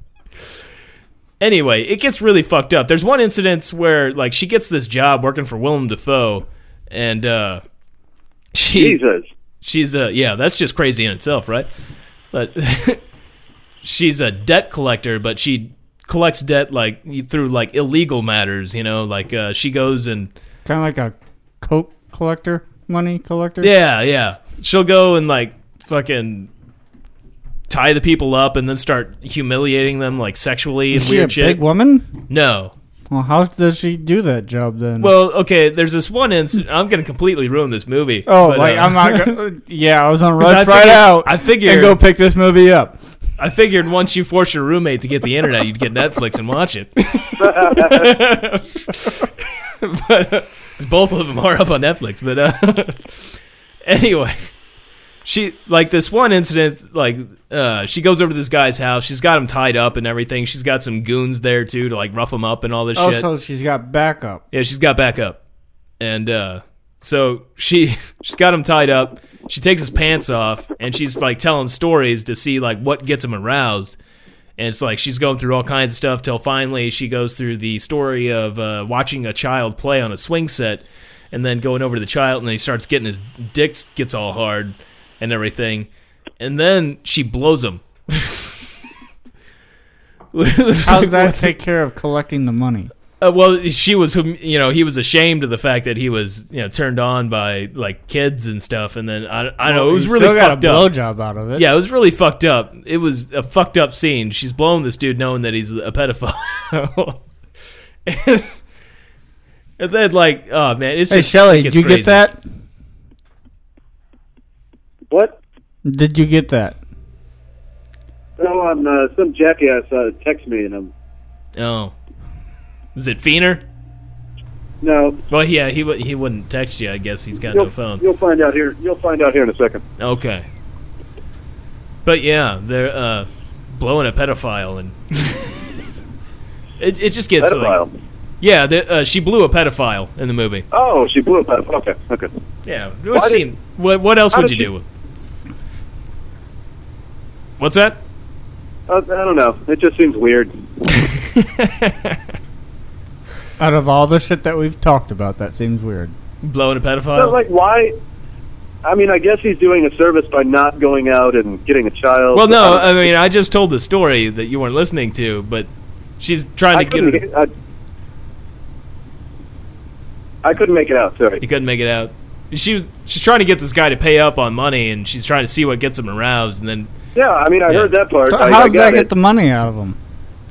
Speaker 4: Anyway, it gets really fucked up. There's one incident where, like, she gets this job working for Willem Dafoe, and uh, she
Speaker 7: Jesus.
Speaker 4: She's a yeah, that's just crazy in itself, right? But she's a debt collector, but she collects debt like through like illegal matters, you know, like uh, she goes and
Speaker 3: Kind of like a coke collector, money collector.
Speaker 4: yeah, yeah, she'll go and like fucking tie the people up and then start humiliating them like sexually and
Speaker 3: Is she a
Speaker 4: weird shit.
Speaker 3: big woman?
Speaker 4: no,
Speaker 3: Well, how does she do that job then?
Speaker 4: well, okay, there's this one incident. I'm gonna completely ruin this movie.
Speaker 3: oh,
Speaker 4: but,
Speaker 3: like
Speaker 4: uh,
Speaker 3: I'm not. Go- yeah, I was on
Speaker 4: 'cause I
Speaker 3: rush right
Speaker 4: figured-
Speaker 3: out.
Speaker 4: I figured
Speaker 3: and go pick this movie up.
Speaker 4: I figured once you force your roommate to get the internet, you'd get Netflix and watch it. but uh, 'cause both of them are up on Netflix. But uh, anyway, she like this one incident. Like uh, she goes over to this guy's house. She's got him tied up and everything. She's got some goons there too to like rough him up and all this
Speaker 3: Oh,
Speaker 4: shit.
Speaker 3: so she's got backup.
Speaker 4: Yeah, she's got back up, and uh, so she she's got him tied up. She takes his pants off, and she's like telling stories to see like what gets him aroused. And it's like she's going through all kinds of stuff till finally she goes through the story of uh, watching a child play on a swing set, and then going over to the child, and then he starts getting his dick gets all hard and everything, and then she blows him.
Speaker 3: How does that take care of collecting the money?
Speaker 4: Uh, well, she was, hum- you know, he was ashamed of the fact that he was, you know, turned on by like kids and stuff. And then I, I know it was
Speaker 3: You
Speaker 4: really
Speaker 3: still got
Speaker 4: fucked
Speaker 3: a
Speaker 4: up.
Speaker 3: blowjob out of it.
Speaker 4: Yeah, it was really fucked up. It was a fucked up scene. She's blowing this dude knowing that he's a pedophile. and, and then like, oh man, it's
Speaker 5: Hey,
Speaker 4: just
Speaker 5: Shelly,
Speaker 4: it
Speaker 5: did
Speaker 4: gets
Speaker 5: you
Speaker 4: crazy.
Speaker 5: get that?
Speaker 7: What?
Speaker 5: Did you get that?
Speaker 7: No, I'm uh, some jackass uh, text me and I'm
Speaker 4: Oh, was it Feener?
Speaker 7: no.
Speaker 4: Well, yeah, he w- he wouldn't text you. I guess he's got
Speaker 7: You'll,
Speaker 4: no phone.
Speaker 7: you'll find out here. You'll find out here in a second.
Speaker 4: Okay. But yeah, they're uh, blowing a pedophile, and it, it just gets like
Speaker 7: Pedophile.
Speaker 4: yeah, the, uh, she blew a pedophile in the movie.
Speaker 7: Oh, she blew a pedophile. Okay, okay.
Speaker 4: Yeah, which
Speaker 7: did-
Speaker 4: scene- what what else
Speaker 7: how
Speaker 4: would you
Speaker 7: did
Speaker 4: do? What's that?
Speaker 7: Uh, I don't know. It just seems weird.
Speaker 3: Out of all the shit that we've talked about, that seems weird.
Speaker 4: Blowing a
Speaker 7: But
Speaker 4: pedophile?
Speaker 7: like, why? I mean, I guess he's doing a service by not going out and getting a child.
Speaker 4: well, no, I
Speaker 7: I,
Speaker 4: mean I just told the story that you weren't listening to, but she's trying
Speaker 7: I
Speaker 4: to get
Speaker 7: couldn't.
Speaker 4: her.
Speaker 7: get- I, I couldn't make it out. Sorry.
Speaker 4: He couldn't make it out. She was, she's trying to get this guy to pay up on money, and she's trying to see what gets him aroused, and then
Speaker 7: Yeah, I mean, I
Speaker 4: Yeah.
Speaker 7: heard that part. I,
Speaker 3: How
Speaker 7: I
Speaker 3: does that
Speaker 7: got
Speaker 3: get
Speaker 7: it.
Speaker 3: the money out of them?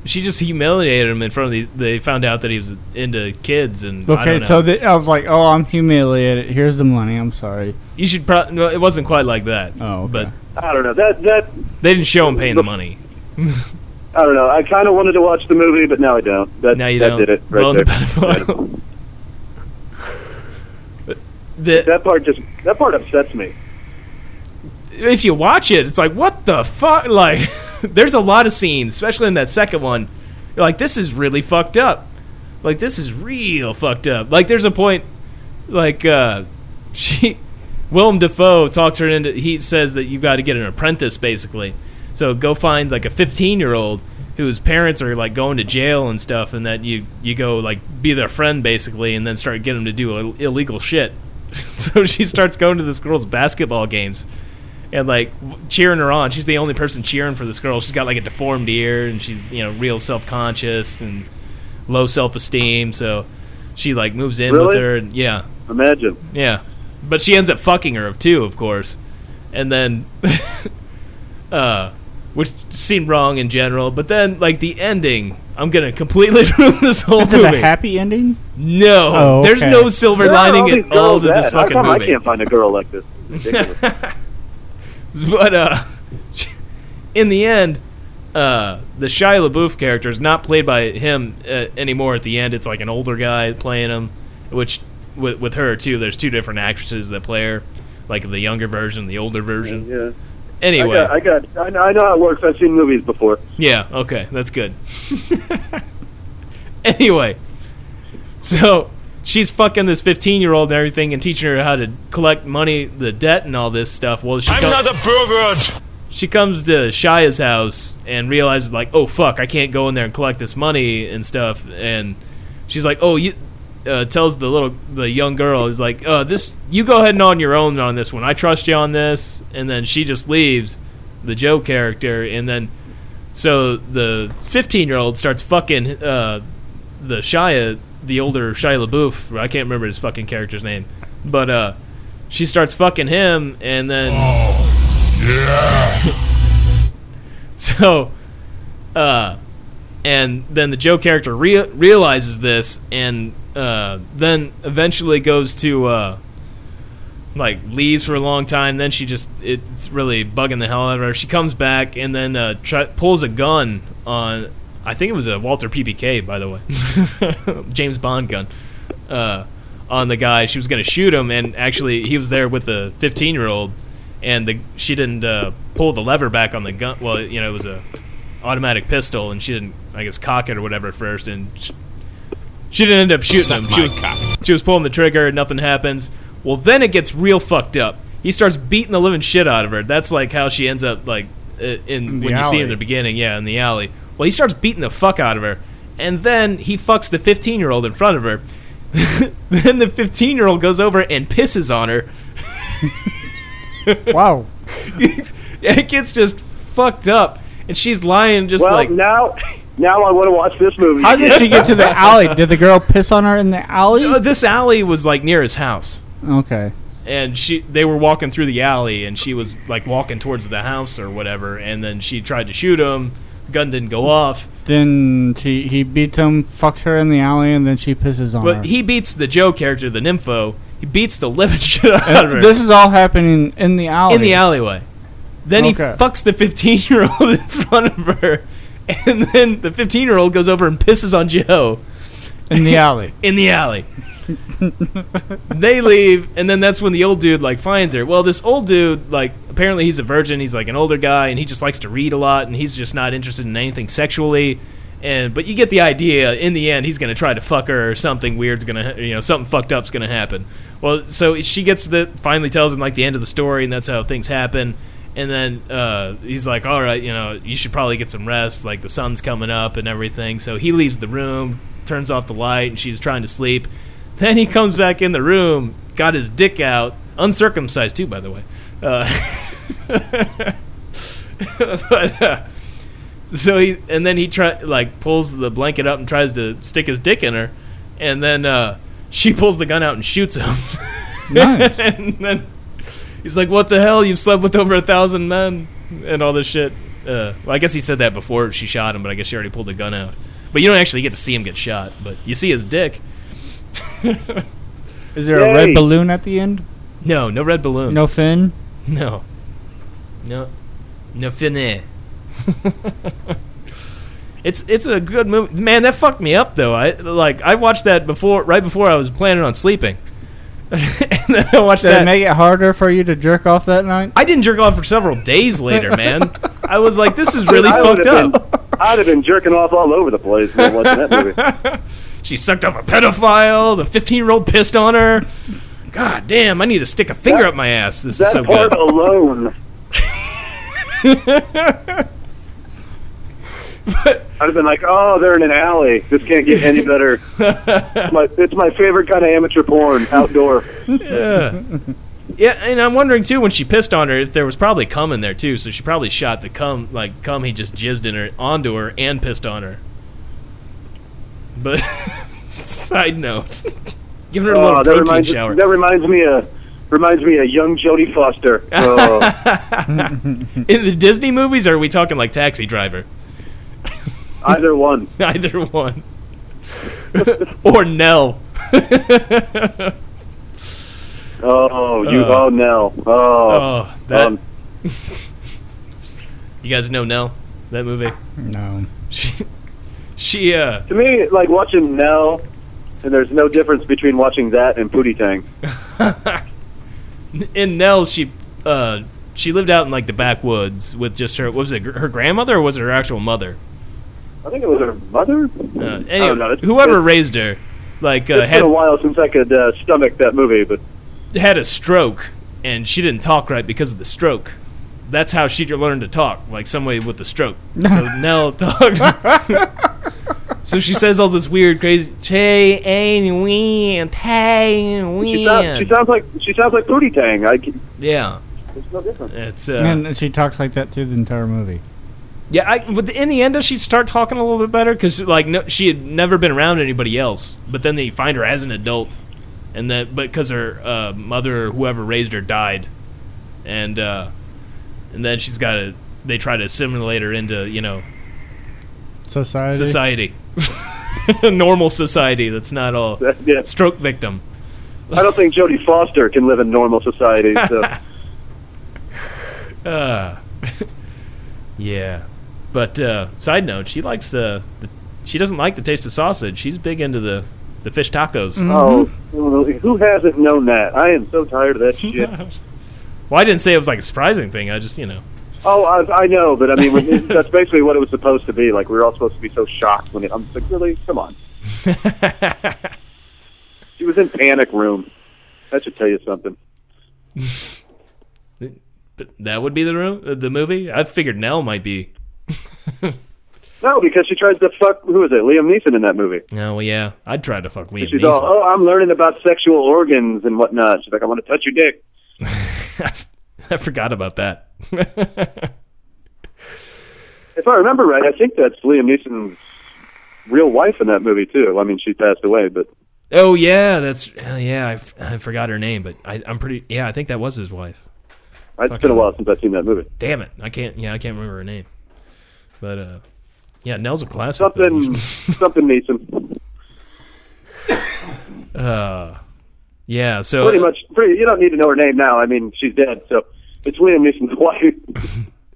Speaker 4: She just humiliated him in front of the. They found out that he was into kids, and I don't
Speaker 3: Okay,
Speaker 4: know.
Speaker 3: so the, I was like, oh, I'm humiliated. Here's the money. I'm sorry.
Speaker 4: you should. Pro- no, it wasn't quite like that.
Speaker 3: Oh, okay.
Speaker 4: but
Speaker 7: I don't know. That that
Speaker 4: they didn't show him paying the money.
Speaker 7: I don't know. I kind of wanted to watch the movie, but now I don't. That
Speaker 4: Now you
Speaker 7: that
Speaker 4: don't.
Speaker 7: did it right
Speaker 4: Blown
Speaker 7: there.
Speaker 4: the pedophile. The,
Speaker 7: That part just that part upsets me.
Speaker 4: if you watch it, it's like what the fuck. Like, there's a lot of scenes, especially in that second one. You're like, this is really fucked up. Like, this is real fucked up. Like, there's a point. Like, uh, she Willem Dafoe talks her into. He says that you've got to get an apprentice, basically. So go find like a 15 year old whose parents are like going to jail and stuff, and that you you go like be their friend basically, and then start getting them to do Ill- illegal shit. so she starts going to this girl's basketball games. And like w- cheering her on, she's the only person cheering for this girl. She's got like a deformed ear, and she's you know real self conscious and low self esteem. So she like moves in with
Speaker 7: Really?
Speaker 4: her, and yeah,
Speaker 7: Imagine.
Speaker 4: yeah, but she ends up fucking her too, of course, and then, uh, which seemed wrong in general. But then, like the ending, I'm gonna completely ruin this whole
Speaker 5: Is it a
Speaker 4: movie.
Speaker 5: happy ending?
Speaker 4: no,
Speaker 8: Oh,
Speaker 4: there's
Speaker 8: okay.
Speaker 4: no silver
Speaker 7: Where are
Speaker 4: lining
Speaker 7: all these
Speaker 4: at all
Speaker 7: girls
Speaker 4: to this
Speaker 7: at? How
Speaker 4: fucking
Speaker 7: come
Speaker 4: movie.
Speaker 7: I can't find a girl like this? It's ridiculous.
Speaker 4: but uh, in the end, uh, the Shia LaBeouf character is not played by him uh, anymore. At the end, it's like an older guy playing him, which with, with her too. There's two different actresses that play her, like the younger version, the older version.
Speaker 7: yeah.
Speaker 4: Anyway,
Speaker 7: I got. I got. I know, I know how it works. I've seen movies before.
Speaker 4: yeah, okay, that's good. anyway, so she's fucking this 15 year old and everything and teaching her how to collect money, the debt, and all this stuff. Well, she, com-
Speaker 9: a pervert!
Speaker 4: she comes to Shia's house and realizes, like, oh fuck, I can't go in there and collect this money and stuff. And she's like, oh, you. Uh, tells the little the young girl is like uh, this you go ahead and on your own on this one I trust you on this and then she just leaves the Joe character and then so the 15 year old starts fucking uh, the Shia, the older Shia LaBeouf. I can't remember his fucking character's name, but uh, she starts fucking him, and then so uh, and then the Joe character rea- realizes this, and uh, then eventually goes to uh, like leaves for a long time. Then she just it's really bugging the hell out of her. She comes back and then uh, try, pulls a gun on. I think it was a Walter PPK, by the way, James Bond gun, uh, on the guy. She was gonna shoot him, and actually he was there with the 15 year old, and the she didn't uh, pull the lever back on the gun. Well, you know it was a automatic pistol, and she didn't, I guess, cock it or whatever at first, and sh she didn't end up shooting him. She was, she was pulling the trigger, nothing happens. Well, then it gets real fucked up. He starts beating the living shit out of her. That's like how she ends up like i- in,
Speaker 8: the
Speaker 4: when you see her in the
Speaker 8: alley.
Speaker 4: beginning, yeah, in the alley. Well, he starts beating the fuck out of her, and then he fucks the fifteen year old in front of her. then the fifteen year old goes over and pisses on her.
Speaker 8: Wow.
Speaker 4: It gets just fucked up, and she's lying just
Speaker 7: Well,
Speaker 4: like
Speaker 7: now, now I want to watch this movie.
Speaker 5: How did she get to the alley? Did the girl piss on her in the
Speaker 4: Uh,
Speaker 5: alley?
Speaker 4: this alley was like near his house.
Speaker 5: Okay.
Speaker 4: and she they were walking through the alley and she was like walking towards the house or whatever and then she tried to shoot him the gun didn't go off
Speaker 5: Then she he beats him, fucks her in the alley, and then she pisses on her.
Speaker 4: but he beats the joe character the nympho he beats the living shit out of her
Speaker 5: Uh, this is all happening in the alley.
Speaker 4: in the alleyway then
Speaker 8: Okay.
Speaker 4: he fucks the 15 year old in front of her and then the 15 year old goes over and pisses on joe
Speaker 5: In the alley.
Speaker 4: in the alley. they leave, and then that's when the old dude like finds her. Well, this old dude like apparently he's a virgin. He's like an older guy, and he just likes to read a lot, and he's just not interested in anything sexually. And but you get the idea. In the end, he's gonna try to fuck her, or something weird's gonna you know something fucked up's gonna happen. Well, so she gets the finally tells him like the end of the story, and that's how things happen. And then uh, he's like, "All right, you know, you should probably get some rest. Like the sun's coming up and everything." So he leaves the room, turns off the light, and she's trying to sleep. Then he comes back in the room, got his dick out, uncircumcised too, by the way. Uh, but uh, so he and then he try like pulls the blanket up and tries to stick his dick in her, and then uh, she pulls the gun out and shoots him.
Speaker 5: Nice.
Speaker 4: and then he's like, "What the hell? You've slept with over a thousand men and all this shit." Uh, well, I guess he said that before she shot him, but I guess she already pulled the gun out. But you don't actually get to see him get shot, but you see his dick.
Speaker 5: Is there a
Speaker 7: Yay.
Speaker 5: red balloon at the end?
Speaker 4: No, no red balloon.
Speaker 5: No fin?
Speaker 4: No. No. No finne. it's it's a good movie. Man, that fucked me up though. I like I watched that before right before I was planning on sleeping. and then I watched
Speaker 5: Did
Speaker 4: that.
Speaker 5: it make it harder for you to jerk off that night?
Speaker 4: I didn't jerk off for several days later, man. I was like, this is really
Speaker 7: I
Speaker 4: fucked
Speaker 7: would've
Speaker 4: up.
Speaker 7: Been, I'd have been jerking off all over the place when watching that movie.
Speaker 4: She sucked off a pedophile. The 15 year old pissed on her. God damn, I need to stick a finger up my ass. This is
Speaker 7: That
Speaker 4: so
Speaker 7: part
Speaker 4: good.
Speaker 7: alone. I'd have been like, oh, they're in an alley. This can't get any better. it's, my, it's my favorite kind of amateur porn, outdoor.
Speaker 4: Yeah, and I'm wondering too when she pissed on her if there was probably cum in there too. So she probably shot the cum like cum he just jizzed in her onto her and pissed on her. But side note, giving her a little
Speaker 7: Oh, that
Speaker 4: protein
Speaker 7: reminds
Speaker 4: shower.
Speaker 7: that reminds me of reminds me of young Jodie Foster. Oh,
Speaker 4: in the Disney movies, or are we talking like Taxi Driver?
Speaker 7: either one.
Speaker 4: Either one. or Nell.
Speaker 7: Oh, you.
Speaker 4: Uh.
Speaker 7: oh no. Oh,
Speaker 4: Oh, that
Speaker 7: um,
Speaker 4: you guys know Nell that movie.
Speaker 5: No.
Speaker 4: She, she uh,
Speaker 7: to me, like watching Nell, and there's no difference between watching that and Pootie Tang.
Speaker 4: in Nell, she uh, she lived out in like the backwoods with just her. What was it? Her grandmother or was it her actual mother?
Speaker 7: I think it was her mother.
Speaker 4: Uh,
Speaker 7: I
Speaker 4: anyway,
Speaker 7: don't know. It's-
Speaker 4: whoever
Speaker 7: it's-
Speaker 4: raised her, like uh,
Speaker 7: It's been
Speaker 4: had
Speaker 7: a while since I could uh, stomach that movie, but
Speaker 4: had a stroke, and she didn't talk right because of the stroke. That's how she learned to talk, like somebody with a stroke. So Nell talked. so she says all this weird, crazy. Hey, and we and hey, and
Speaker 7: she,
Speaker 4: we
Speaker 7: sounds, she
Speaker 4: and-"
Speaker 7: sounds like she sounds like Pootie Tang. I, c-
Speaker 4: Yeah,
Speaker 7: there's no difference.
Speaker 4: it's uh,
Speaker 5: And she talks like that through the entire movie.
Speaker 4: Yeah, I, but in the end, does she start talking a little bit better? Because like no, she had never been around anybody else, but then they find her as an adult, and that but because her uh, mother or whoever raised her died, and uh, and then she's got to they try to assimilate her into you know
Speaker 5: Society.
Speaker 4: society, normal society that's not all
Speaker 7: That- yeah.
Speaker 4: stroke victim.
Speaker 7: I don't think Jodie Foster can live in normal society. So.
Speaker 4: Uh, yeah, but uh, side note, she likes uh, the she doesn't like the taste of sausage. She's big into the the fish tacos.
Speaker 7: Oh,
Speaker 4: Mm-hmm.
Speaker 7: who hasn't known that? I am so tired of that shit.
Speaker 4: Well, I didn't say it was like a surprising thing. I just, you know,
Speaker 7: oh, I, I know, but I mean, when- it- that's basically what it was supposed to be. Like we were all supposed to be so shocked when it. I'm just like, really? Come on. She was in panic room. That should tell you something.
Speaker 4: but that would be the room, uh, the movie. I figured Nell might be.
Speaker 7: No, because she tries to fuck. Who is it? Liam Neeson in that movie.
Speaker 4: Oh well, yeah, I'd try to fuck Liam
Speaker 7: She's
Speaker 4: Neeson.
Speaker 7: all, oh, I'm learning about sexual organs and whatnot. She's like, I want to touch your dick.
Speaker 4: I forgot about that.
Speaker 7: If I remember right, I think that's Liam Neeson's real wife in that movie too. I mean, she passed away, but
Speaker 4: oh yeah, that's uh, yeah. I, f- I forgot her name, but I, I'm pretty. Yeah, I think that was his wife.
Speaker 7: it's been a while since I've seen that movie.
Speaker 4: Damn it, I can't. Yeah, I can't remember her name. But uh, yeah, Nell's a classic. though.
Speaker 7: Something, something Neeson.
Speaker 4: Yeah, so
Speaker 7: Pretty much, pretty. You don't need to know her name now. I mean, she's dead, so it's Liam Neeson's wife.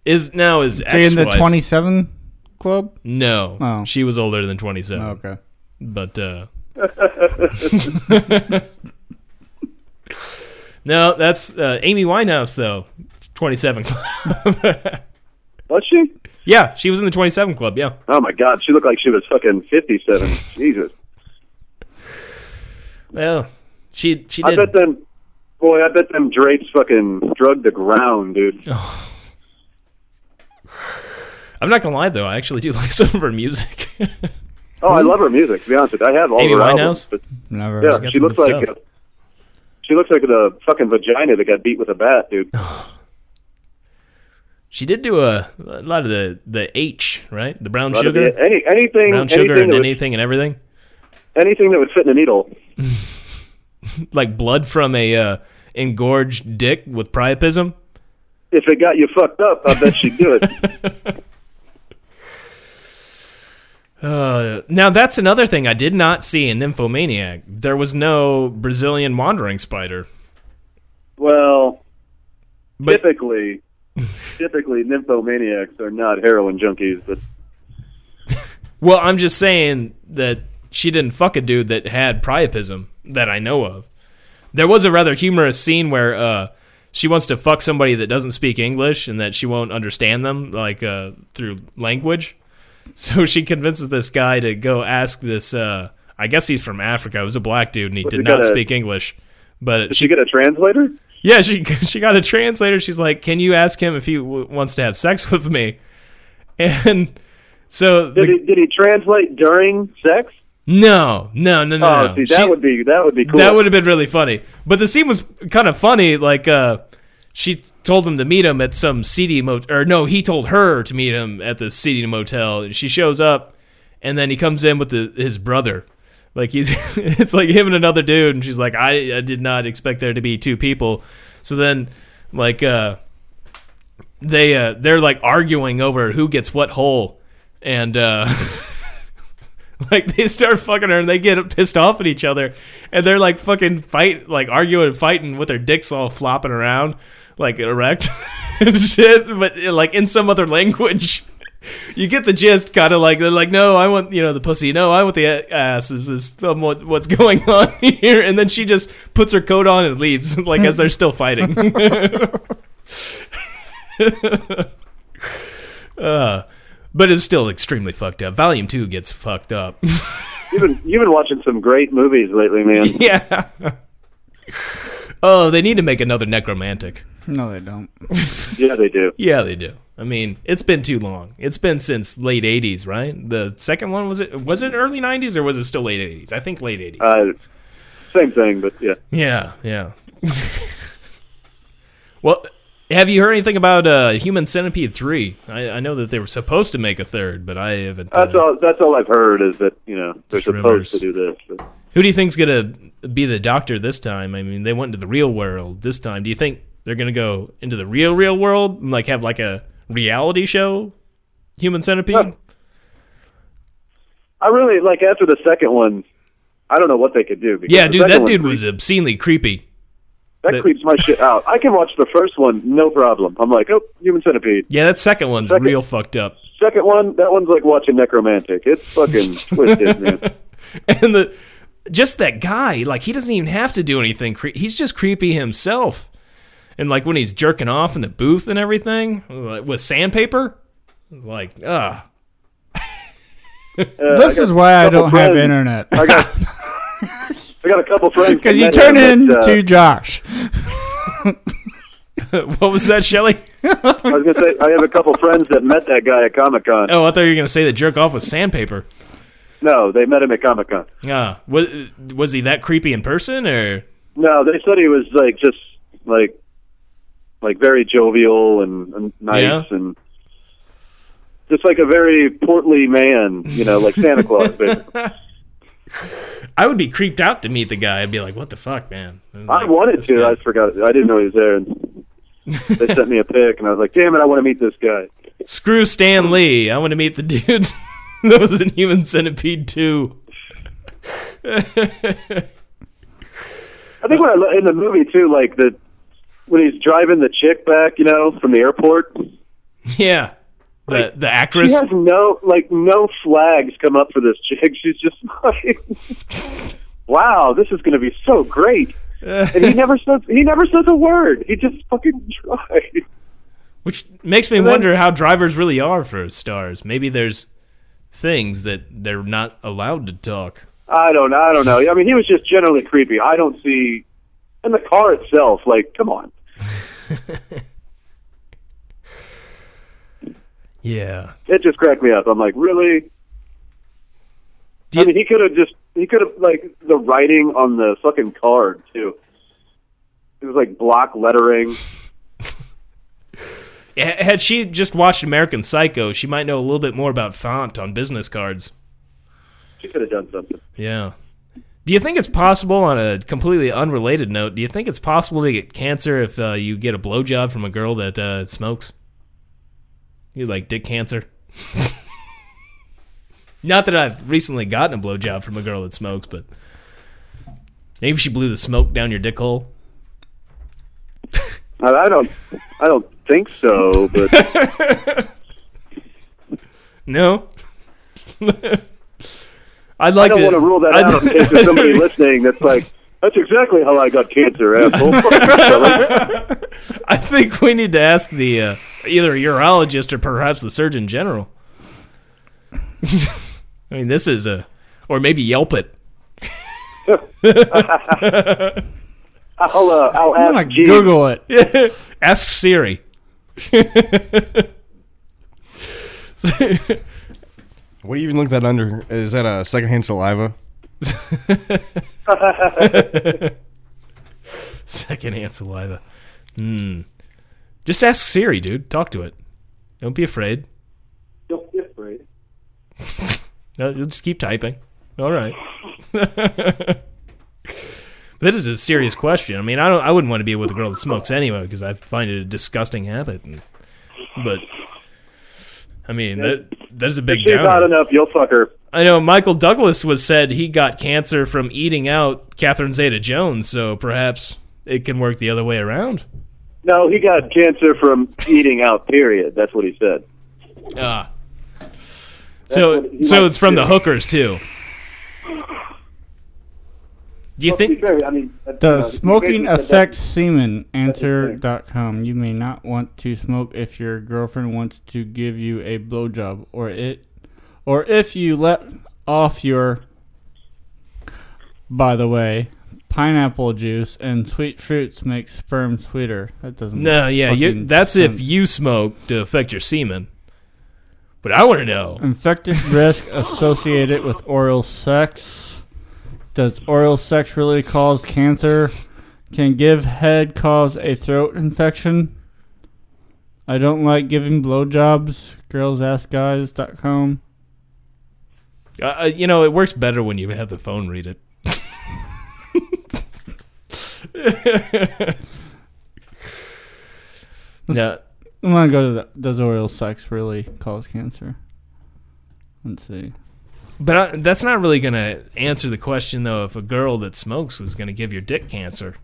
Speaker 4: is now is
Speaker 5: She in the
Speaker 4: ex-wife.
Speaker 5: 27 club?
Speaker 4: No,
Speaker 5: Oh.
Speaker 4: she was older than twenty seven.
Speaker 5: Okay.
Speaker 4: but uh no that's uh, amy winehouse though 27 club
Speaker 7: Was she?
Speaker 4: yeah she was in the 27 club yeah
Speaker 7: Oh my God, she looked like she was fucking fifty-seven. Jesus,
Speaker 4: well she she
Speaker 7: I
Speaker 4: did
Speaker 7: bet them. Boy, I bet them Drake's fucking drugged the ground, dude.
Speaker 4: Oh, i'm not gonna lie though i actually do like some of her music
Speaker 7: Oh, I love her music. To be honest, with you. I have all
Speaker 4: Amy
Speaker 7: her
Speaker 4: Winehouse?
Speaker 7: albums. But
Speaker 5: Never.
Speaker 7: yeah,
Speaker 4: got
Speaker 7: she
Speaker 4: some
Speaker 7: looks
Speaker 4: good
Speaker 7: like
Speaker 4: stuff.
Speaker 7: a, she looks like the fucking vagina that got beat with a bat, dude.
Speaker 4: Oh, she did do a, a lot of the the h right the brown
Speaker 7: But
Speaker 4: sugar
Speaker 7: Any, anything,
Speaker 4: brown
Speaker 7: anything,
Speaker 4: sugar and
Speaker 7: that would,
Speaker 4: anything and everything
Speaker 7: anything that would fit in a needle.
Speaker 4: like blood from a uh, engorged dick with priapism
Speaker 7: If it got you fucked up, I bet she'd do it.
Speaker 4: Uh, now that's another thing I did not see in Nymphomaniac. There was no Brazilian wandering spider.
Speaker 7: Well,
Speaker 4: But
Speaker 7: typically, typically nymphomaniacs are not heroin junkies, but
Speaker 4: well, I'm just saying that she didn't fuck a dude that had priapism that I know of. There was a rather humorous scene where uh, she wants to fuck somebody that doesn't speak English and that she won't understand them like uh, through language. So she convinces this guy to go ask this. Uh, I guess he's from Africa. It was a black dude and he
Speaker 7: you
Speaker 4: did not
Speaker 7: gotta-
Speaker 4: speak English. But
Speaker 7: Did
Speaker 4: she
Speaker 7: she get a translator?
Speaker 4: yeah, she she got a translator. She's like, "Can you ask him if he w- wants to have sex with me?" And so
Speaker 7: Did,
Speaker 4: the,
Speaker 7: he, did he translate during sex?
Speaker 4: no, no, no, no.
Speaker 7: Oh,
Speaker 4: no.
Speaker 7: see, that
Speaker 4: She-
Speaker 7: would be that would be cool.
Speaker 4: That would have been really funny. But the scene was kind of funny. Like, uh, she told him to meet him at some seedy motel. Or, no, he told her to meet him at the seedy motel. And she shows up, and then he comes in with the, his brother. Like, he's it's like him and another dude. And she's like, I, I did not expect there to be two people. So then, like, uh, they, uh, they're like arguing over who gets what hole. And, uh, like they start fucking her and they get pissed off at each other and they're like fucking fight like arguing and fighting with their dicks all flopping around like erect and shit but like in some other language you get the gist kind of like they're like no i want you know the pussy no i want the a- ass is, is somewhat what's going on here and then she just puts her coat on and leaves like as they're still fighting uh, but it's still extremely fucked up volume 2 gets fucked up
Speaker 7: You've been you've been watching some great movies lately, man.
Speaker 4: yeah. Oh, they need to make another necromantic.
Speaker 5: No, they don't.
Speaker 7: Uh, yeah, they do.
Speaker 4: Yeah, they do. I mean, it's been too long. It's been since late '80s, right? The second one was it was it early '90s or was it still late '80s? I think late '80s.
Speaker 7: Uh, same thing, but yeah.
Speaker 4: yeah, yeah. well, have you heard anything about uh, Human Centipede three? I, I know that they were supposed to make a third, but I haven't. uh,
Speaker 7: That's all. That's all I've heard is that you know they're
Speaker 4: Just
Speaker 7: supposed
Speaker 4: rumors.
Speaker 7: to do this. But
Speaker 4: Who do you think's gonna be the doctor this time? I mean, they went into the real world this time. Do you think they're gonna go into the real real world and like have like a reality show, Human Centipede?
Speaker 7: Huh. I really like after the second one. I don't know what they could do. Because
Speaker 4: yeah,
Speaker 7: the
Speaker 4: dude,
Speaker 7: second
Speaker 4: that
Speaker 7: one
Speaker 4: dude
Speaker 7: creep-
Speaker 4: was obscenely creepy.
Speaker 7: that,
Speaker 4: that-
Speaker 7: creeps my shit out. I can watch the first one, no problem. I'm like, oh, human centipede.
Speaker 4: Yeah, that second one's
Speaker 7: Second-
Speaker 4: real fucked up.
Speaker 7: Second one, that one's like watching necromantic. It's fucking twisted, man.
Speaker 4: And the just that guy, like he doesn't even have to do anything. Cre- he's just creepy himself. And like when he's jerking off in the booth and everything like, with sandpaper, like ah,
Speaker 7: Uh,
Speaker 5: This
Speaker 7: I got
Speaker 5: is why I
Speaker 7: a couple
Speaker 5: don't have
Speaker 7: friends-
Speaker 5: internet.
Speaker 7: I got. I got a couple friends
Speaker 5: Because you
Speaker 7: that
Speaker 5: turn
Speaker 7: have it, uh,
Speaker 5: into Josh.
Speaker 4: what was that, Shelly?
Speaker 7: I was gonna say I have a couple friends that met that guy at Comic Con.
Speaker 4: Oh, I thought you were gonna say that jerk off with sandpaper.
Speaker 7: No, they met him at Comic Con.
Speaker 4: Yeah. Was was he that creepy in person or
Speaker 7: No, they said he was like just like like very jovial and, and nice
Speaker 4: Yeah.
Speaker 7: and just like a very portly man, you know, like Santa Claus. But
Speaker 4: I would be creeped out to meet the guy. I'd be like, "What the fuck, man?"
Speaker 7: I wanted to. I forgot. I didn't know he was there. And they sent me a pic, and I was like, "Damn it, I want to meet this guy."
Speaker 4: Screw Stan Lee. I want to meet the dude that was in Human Centipede 2.
Speaker 7: I think when I lo- in the movie too, like the when he's driving the chick back, you know, from the airport,
Speaker 4: Yeah. The the
Speaker 7: he
Speaker 4: actress.
Speaker 7: has no like no flags come up for this chick. She's just like, "Wow, this is going to be so great." and he never says he never says a word. He just fucking drives.
Speaker 4: Which makes me wonder how drivers really are for stars. Maybe there's things that they're not allowed to talk.
Speaker 7: I don't know. I don't know. I mean, he was just generally creepy. I don't see, and the car itself. Like, come on.
Speaker 4: Yeah.
Speaker 7: It just cracked me up. I'm like, really?
Speaker 4: Do
Speaker 7: I mean, he could have just he could have like the writing on the fucking card too. It was like block lettering.
Speaker 4: H- Had she just watched American Psycho, she might know a little bit more about font on business cards.
Speaker 7: She could have done something.
Speaker 4: Yeah. Do you think it's possible, on a completely unrelated note, do you think it's possible to get cancer if uh, you get a blowjob from a girl that uh, smokes? You like dick cancer? Not that I've recently gotten a blowjob from a girl that smokes, but maybe she blew the smoke down your dick hole.
Speaker 7: I, I don't. I don't think so. But
Speaker 4: No? I'd
Speaker 7: I
Speaker 4: like
Speaker 7: don't
Speaker 4: to.
Speaker 7: want to rule that
Speaker 4: I'd-
Speaker 7: out in case there's somebody listening that's like, that's exactly how I got cancer, asshole. Fuck
Speaker 4: I think we need to ask the uh, either a urologist or perhaps the surgeon general. I mean, this is a, or maybe Yelp it.
Speaker 7: you, fella. I'll uh, I'll
Speaker 5: I'm
Speaker 7: ask
Speaker 5: gonna
Speaker 7: G.
Speaker 5: Google it.
Speaker 4: Ask Siri.
Speaker 6: What do you even look that under? Is that a secondhand saliva?
Speaker 4: Secondhand saliva. Hmm. Just ask Siri, dude. Talk to it. Don't be afraid.
Speaker 7: Don't be afraid.
Speaker 4: No, you'll just keep typing. All right. but this is a serious question. I mean, I don't. I wouldn't want to be with a girl that smokes anyway because I find it a disgusting habit. And, but I mean, that that is a big.
Speaker 7: If she's
Speaker 4: downer.
Speaker 7: hot enough, you'll fuck her.
Speaker 4: I know Michael Douglas was said he got cancer from eating out Catherine Zeta-Jones, so perhaps it can work the other way around.
Speaker 7: No, he got cancer from eating out. Period. That's what he said.
Speaker 4: Ah. So
Speaker 7: what he
Speaker 4: so
Speaker 7: likes
Speaker 4: it's from
Speaker 7: to
Speaker 4: the hookers too. Do you
Speaker 7: Well, to be
Speaker 4: think
Speaker 7: fair, I mean, that's, you know,
Speaker 5: Does
Speaker 7: he
Speaker 5: smoking
Speaker 7: basically said that-
Speaker 5: affect semen?
Speaker 7: thing.
Speaker 5: Answer.com. You may not want to smoke if your girlfriend wants to give you a blowjob or it or if you let off your by the way, pineapple juice and sweet fruits make sperm sweeter. That doesn't
Speaker 4: No,
Speaker 5: make
Speaker 4: yeah, you
Speaker 5: fucking
Speaker 4: that's if
Speaker 5: sense.
Speaker 4: you smoke to affect your semen. But I want to know.
Speaker 5: Infected risk associated with oral sex. Does oral sex really cause cancer? Can give head cause a throat infection? I don't like giving blowjobs. Girlsaskguys.com.
Speaker 4: Uh, uh, you know, it works better when you have the phone read it. no,
Speaker 5: I'm gonna go to the. Does oral sex really cause cancer? Let's see.
Speaker 4: but I, that's not really going to answer the question though if a girl that smokes was going to give your dick cancer.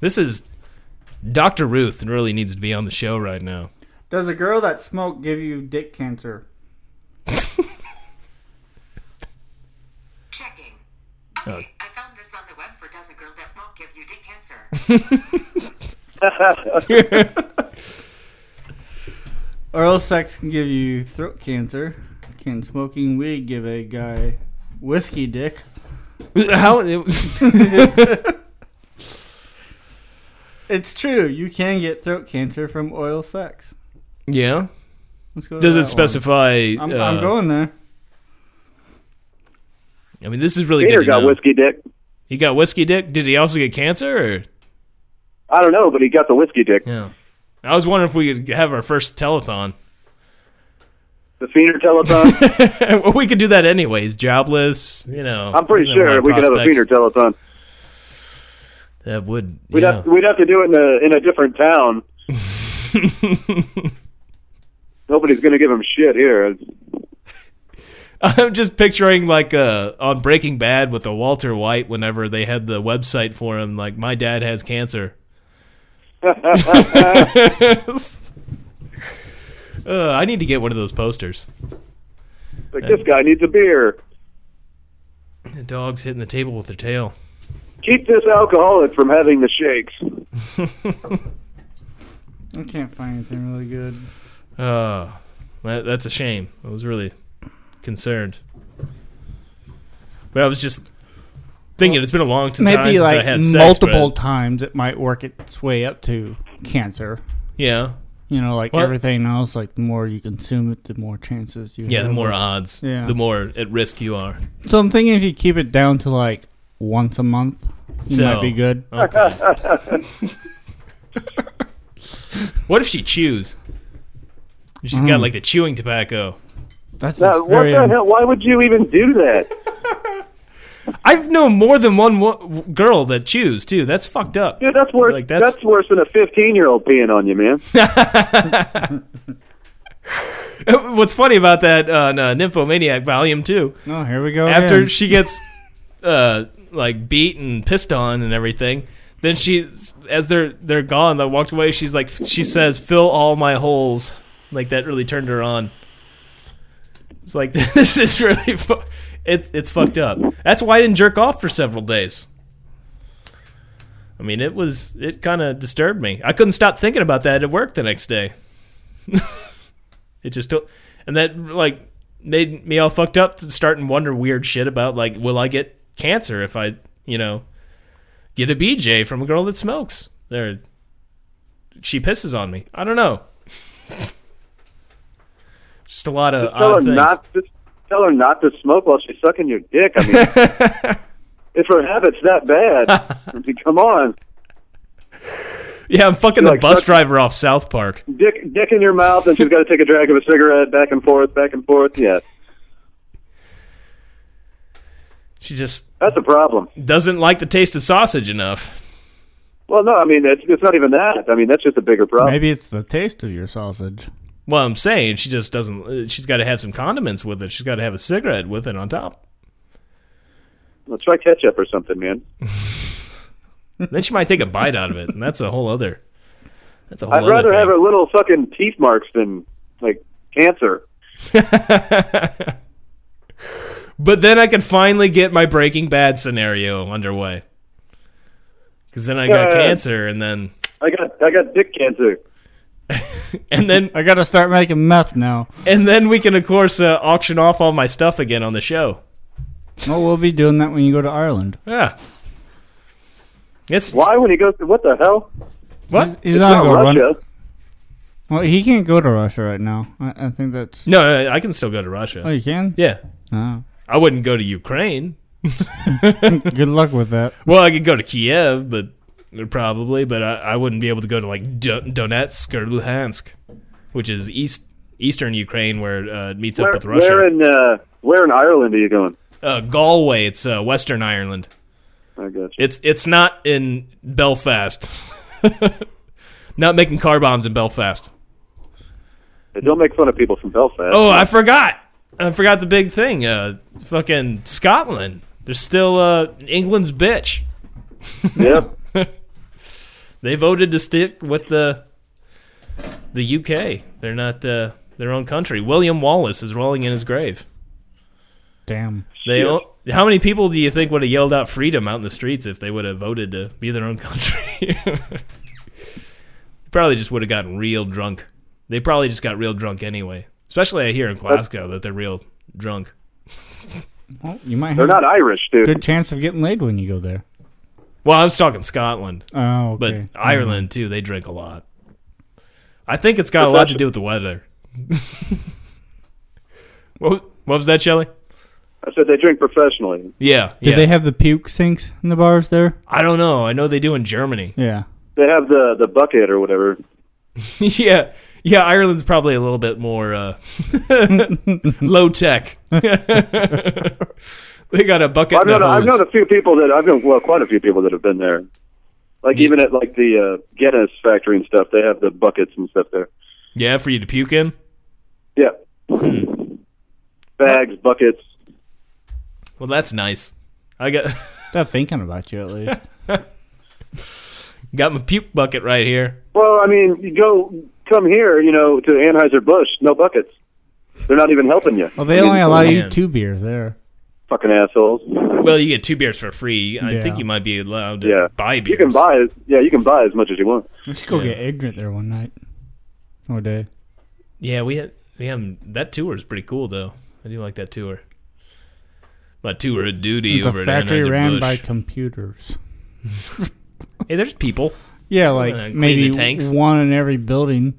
Speaker 4: this is Dr. Ruth really needs to be on the show right now.
Speaker 5: Does a girl that smoke give you dick cancer?
Speaker 8: Checking. Okay, I found this on the web for Does a Girl That Smoke Give You Dick Cancer?
Speaker 5: Oral sex can give you throat cancer. Can smoking weed give a guy whiskey dick?
Speaker 4: How
Speaker 5: It's true. You can get throat cancer from oral sex.
Speaker 4: Yeah.
Speaker 5: Let's go. to
Speaker 4: Does
Speaker 5: that
Speaker 4: it specify?
Speaker 5: One. I'm,
Speaker 4: uh,
Speaker 5: I'm going there.
Speaker 4: I mean, this is really good.
Speaker 7: Peter
Speaker 4: to
Speaker 7: got
Speaker 4: know.
Speaker 7: whiskey dick.
Speaker 4: He got whiskey dick. Did he also get cancer? Or?
Speaker 7: I don't know, but he got the whiskey dick.
Speaker 4: Yeah. I was wondering if we could have our first telethon.
Speaker 7: The Feener telethon.
Speaker 4: well, we could do that anyways. Jobless, you know.
Speaker 7: I'm pretty
Speaker 4: doesn't have
Speaker 7: sure
Speaker 4: a lot
Speaker 7: we
Speaker 4: of
Speaker 7: could have a Feener
Speaker 4: prospects.
Speaker 7: telethon.
Speaker 4: That would.
Speaker 7: We'd
Speaker 4: yeah.
Speaker 7: have we'd have to do it in a in a different town. Nobody's gonna give him shit here.
Speaker 4: I'm just picturing like uh, on Breaking Bad with the Walter White whenever they had the website for him, like my dad has cancer. uh, I need to get one of those posters.
Speaker 7: Like this guy needs a beer.
Speaker 4: The dog's hitting the table with their tail.
Speaker 7: Keep this alcoholic from having the shakes.
Speaker 5: I can't find anything really good.
Speaker 4: Oh, that, that's a shame. I was really concerned, but I was just thinking it's been a long time since
Speaker 5: Maybe
Speaker 4: I
Speaker 5: like
Speaker 4: had sex,
Speaker 5: multiple
Speaker 4: but-
Speaker 5: times it might work its way up to cancer.
Speaker 4: yeah,
Speaker 5: You know, like
Speaker 4: What?
Speaker 5: everything else. Like the more you consume it, the more chances you.
Speaker 4: yeah.
Speaker 5: have
Speaker 4: The more
Speaker 5: of-
Speaker 4: odds,
Speaker 5: Yeah.
Speaker 4: the more at risk you are.
Speaker 5: So I'm thinking if you keep it down to like once a month, you
Speaker 4: So-
Speaker 5: might be good.
Speaker 4: Okay. what if she chews? She's
Speaker 5: Mm.
Speaker 4: got like the chewing tobacco.
Speaker 5: That's
Speaker 7: Now,
Speaker 5: just
Speaker 7: what
Speaker 5: very.
Speaker 7: the hell? Why would you even do that?
Speaker 4: I've known more than one wo- girl that chews too. That's fucked up.
Speaker 7: Dude, that's worse.
Speaker 4: Like, that's-
Speaker 7: that's, worse than a 15 year old peeing on you, man.
Speaker 4: What's funny about that on uh, Nymphomaniac Volume Two?
Speaker 5: No, Oh, here we go.
Speaker 4: after
Speaker 5: again.
Speaker 4: she gets uh like beat and pissed on and everything then she as they're they're gone they walked away she's like she says fill all my holes like that really turned her on it's like this is really fu- it, it's fucked up that's why i didn't jerk off for several days i mean it was it kind of disturbed me i couldn't stop thinking about that at work the next day it just took and that like made me all fucked up to start and wonder weird shit about like will I get cancer if I, you know, get a BJ from a girl that smokes. There, she pisses on me. I don't know. Just a lot of
Speaker 7: tell her
Speaker 4: odd things.
Speaker 7: not to tell her not to smoke while she's sucking your dick. I mean, if her habit's that bad, I mean, come on,
Speaker 4: yeah, I'm fucking
Speaker 7: You're
Speaker 4: the
Speaker 7: like
Speaker 4: bus
Speaker 7: such-
Speaker 4: driver off South Park.
Speaker 7: dick dick in your mouth, and she's got to take a drag of a cigarette back and forth, back and forth. Yeah,
Speaker 4: She just
Speaker 7: that's a problem.
Speaker 4: doesn't like the taste of sausage enough.
Speaker 7: Well, no, I mean it's, it's not even that. I mean that's just a bigger problem.
Speaker 5: Maybe it's the taste of your sausage.
Speaker 4: Well, I'm saying she just doesn't. uh, She's got to have some condiments with it. She's got to have a cigarette with it on top.
Speaker 7: Well, try ketchup or something, man.
Speaker 4: then she might take a bite out of it, and that's a whole other. That's a whole
Speaker 7: I'd
Speaker 4: other
Speaker 7: rather
Speaker 4: thing.
Speaker 7: have her little fucking teeth marks than like cancer.
Speaker 4: But then I could finally get my Breaking Bad scenario underway. Because then I got
Speaker 7: Yeah.
Speaker 4: cancer, and then
Speaker 7: I got I got dick cancer.
Speaker 4: and then
Speaker 5: I gotta start making meth now.
Speaker 4: and then we can of course uh, auction off all my stuff again on the show.
Speaker 5: Well, we'll be doing that when you go to Ireland.
Speaker 4: Yeah. It's
Speaker 7: Why when he goes to what the hell?
Speaker 4: what?
Speaker 5: He's
Speaker 7: It's
Speaker 5: not,
Speaker 7: not
Speaker 5: gonna go run.
Speaker 7: Russia.
Speaker 5: Well, he can't go to Russia right now. I, I think that's.
Speaker 4: No, no, I can still go to Russia.
Speaker 5: Oh, you can.
Speaker 4: yeah,
Speaker 5: Oh.
Speaker 4: I wouldn't go to Ukraine.
Speaker 5: Good luck with that.
Speaker 4: Well, I could go to Kiev, but probably, but I, I wouldn't be able to go to like Don- Donetsk or Luhansk, which is east eastern Ukraine where uh, it meets
Speaker 7: Where,
Speaker 4: up with Russia.
Speaker 7: where in uh, where in Ireland are you going?
Speaker 4: uh, Galway. It's uh, Western Ireland.
Speaker 7: I guess.
Speaker 4: It's it's not in Belfast. not making car bombs in Belfast.
Speaker 7: Hey, Don't make fun of people from Belfast.
Speaker 4: Oh, I forgot. I forgot the big thing. Uh, fucking Scotland. They're still uh, England's bitch.
Speaker 7: yep.
Speaker 4: They voted to stick with the the UK. They're not uh, their own country. William Wallace is rolling in his grave.
Speaker 5: Damn.
Speaker 4: They
Speaker 7: Shit.
Speaker 4: o- how many people do you think would have yelled out freedom out in the streets if they would have voted to be their own country? probably just would have gotten real drunk. They probably just got real drunk anyway. Especially here in Glasgow that they're real drunk.
Speaker 5: Well, you might
Speaker 7: They're
Speaker 5: have
Speaker 7: not Irish, dude.
Speaker 5: good chance of getting laid when you go there.
Speaker 4: Well, I was talking Scotland,
Speaker 5: Oh,
Speaker 4: but
Speaker 5: okay.
Speaker 4: Ireland too. They drink a lot. I think it's got a lot to do with the weather. what, what was that, Shelley?
Speaker 7: I said they drink professionally.
Speaker 4: Yeah,
Speaker 5: Did
Speaker 4: yeah.
Speaker 5: they have the puke sinks in the bars there?
Speaker 4: I don't know. I know they do in Germany.
Speaker 5: Yeah.
Speaker 7: They have the the bucket or whatever.
Speaker 4: yeah, yeah. Ireland's probably a little bit more uh, low tech. they got a bucket.
Speaker 7: I've
Speaker 4: and a
Speaker 7: known, I've
Speaker 4: hose.
Speaker 7: known a few people that I've known well quite a few people that have been there. Like even at like the uh, Guinness factory and stuff, they have the buckets and stuff there.
Speaker 4: yeah, for you to puke in.
Speaker 7: Yeah. Bags, buckets.
Speaker 4: Well, that's nice. I got
Speaker 5: They're thinking about you at least.
Speaker 4: got my puke bucket right here.
Speaker 7: Well, I mean, you go come here, you know, to Anheuser Busch, no buckets. They're not even helping you.
Speaker 5: Well, they only allow you
Speaker 4: Oh, Man.
Speaker 5: two beers there.
Speaker 7: Fucking assholes.
Speaker 4: Well, you get two beers for free. I
Speaker 5: Yeah.
Speaker 4: think you might be allowed to
Speaker 7: Yeah.
Speaker 4: buy beers.
Speaker 7: You can buy as yeah, you can buy as much as you want.
Speaker 5: We should go get ignorant there one night or day.
Speaker 4: Yeah, we had we had that tour is pretty cool though. I do like that tour. My tour of duty
Speaker 5: It's
Speaker 4: over
Speaker 5: a
Speaker 4: at
Speaker 5: factory ran by
Speaker 4: Anheuser-Busch.
Speaker 5: computers.
Speaker 4: Hey, there's people.
Speaker 5: Yeah, like
Speaker 4: Uh, clean the
Speaker 5: maybe
Speaker 4: tanks.
Speaker 5: one in every building.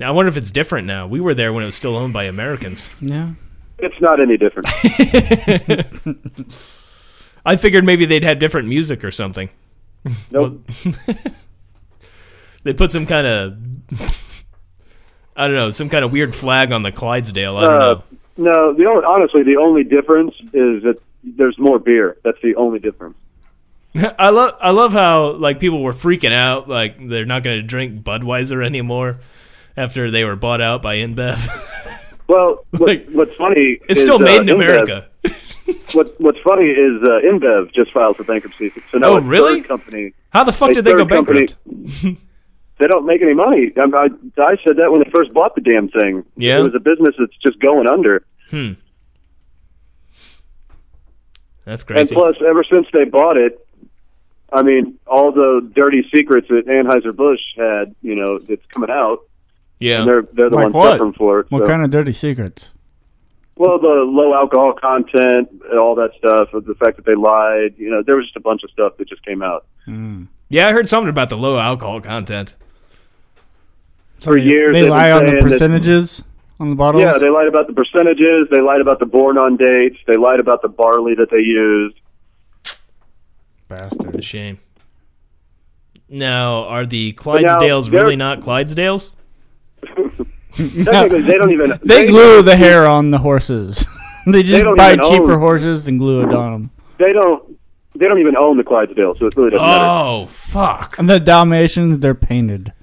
Speaker 4: Now, I wonder if it's different now. We were there when it was still owned by Americans.
Speaker 5: Yeah.
Speaker 7: It's not any different.
Speaker 4: I figured maybe they'd have different music or something.
Speaker 7: Nope.
Speaker 4: They put some kind of I don't know, some kind of weird flag on the Clydesdale. I don't
Speaker 7: Uh,
Speaker 4: know.
Speaker 7: No, the only, honestly, the only difference is that there's more beer. That's the only difference.
Speaker 4: I love I love how like people were freaking out like they're not going to drink Budweiser anymore after they were bought out by InBev.
Speaker 7: Well, what,
Speaker 4: Like,
Speaker 7: what's funny
Speaker 4: it's
Speaker 7: is,
Speaker 4: still made
Speaker 7: uh,
Speaker 4: in
Speaker 7: InBev-
Speaker 4: America.
Speaker 7: What, what's funny is uh, InBev just filed for bankruptcy, so now
Speaker 4: Oh,
Speaker 7: a
Speaker 4: really?
Speaker 7: third company.
Speaker 4: How the fuck
Speaker 7: a
Speaker 4: did they go
Speaker 7: third company-
Speaker 4: bankrupt?
Speaker 7: They don't make any money. I, I, I said that when they first bought the damn thing.
Speaker 4: Yeah.
Speaker 7: it was a business that's just going under.
Speaker 4: That's
Speaker 7: And
Speaker 4: crazy.
Speaker 7: plus, ever since they bought it, I mean, all the dirty secrets that Anheuser Busch had, you know, that's coming out,
Speaker 4: yeah.
Speaker 7: and they're they're the
Speaker 5: Like
Speaker 7: ones
Speaker 5: what?
Speaker 7: suffering for it.
Speaker 5: What
Speaker 7: so.
Speaker 5: kind of dirty secrets?
Speaker 7: Well, the low alcohol content, and all that stuff, the fact that they lied, you know, there was just a bunch of stuff that just came out.
Speaker 5: Hmm.
Speaker 4: Yeah, I heard something about the low alcohol content.
Speaker 7: For years,
Speaker 3: They
Speaker 7: they've
Speaker 3: lie
Speaker 7: been
Speaker 3: on the
Speaker 7: saying that-
Speaker 3: percentages on the bottles.
Speaker 7: Yeah, they lied about the percentages. They lied about the born on dates. They lied about the barley that they used.
Speaker 3: Bastards.
Speaker 4: It's a shame. Now, are the Clydesdales
Speaker 7: they're-
Speaker 4: really not Clydesdales?
Speaker 7: Technically, they don't even.
Speaker 3: They glue the hair on the horses. they just
Speaker 7: don't
Speaker 3: buy
Speaker 7: even
Speaker 3: cheaper
Speaker 7: own-
Speaker 3: horses and glue it on them.
Speaker 7: They don't. They don't even own the Clydesdale, so it really doesn't matter.
Speaker 4: Oh, fuck.
Speaker 3: And the Dalmatians, they're painted.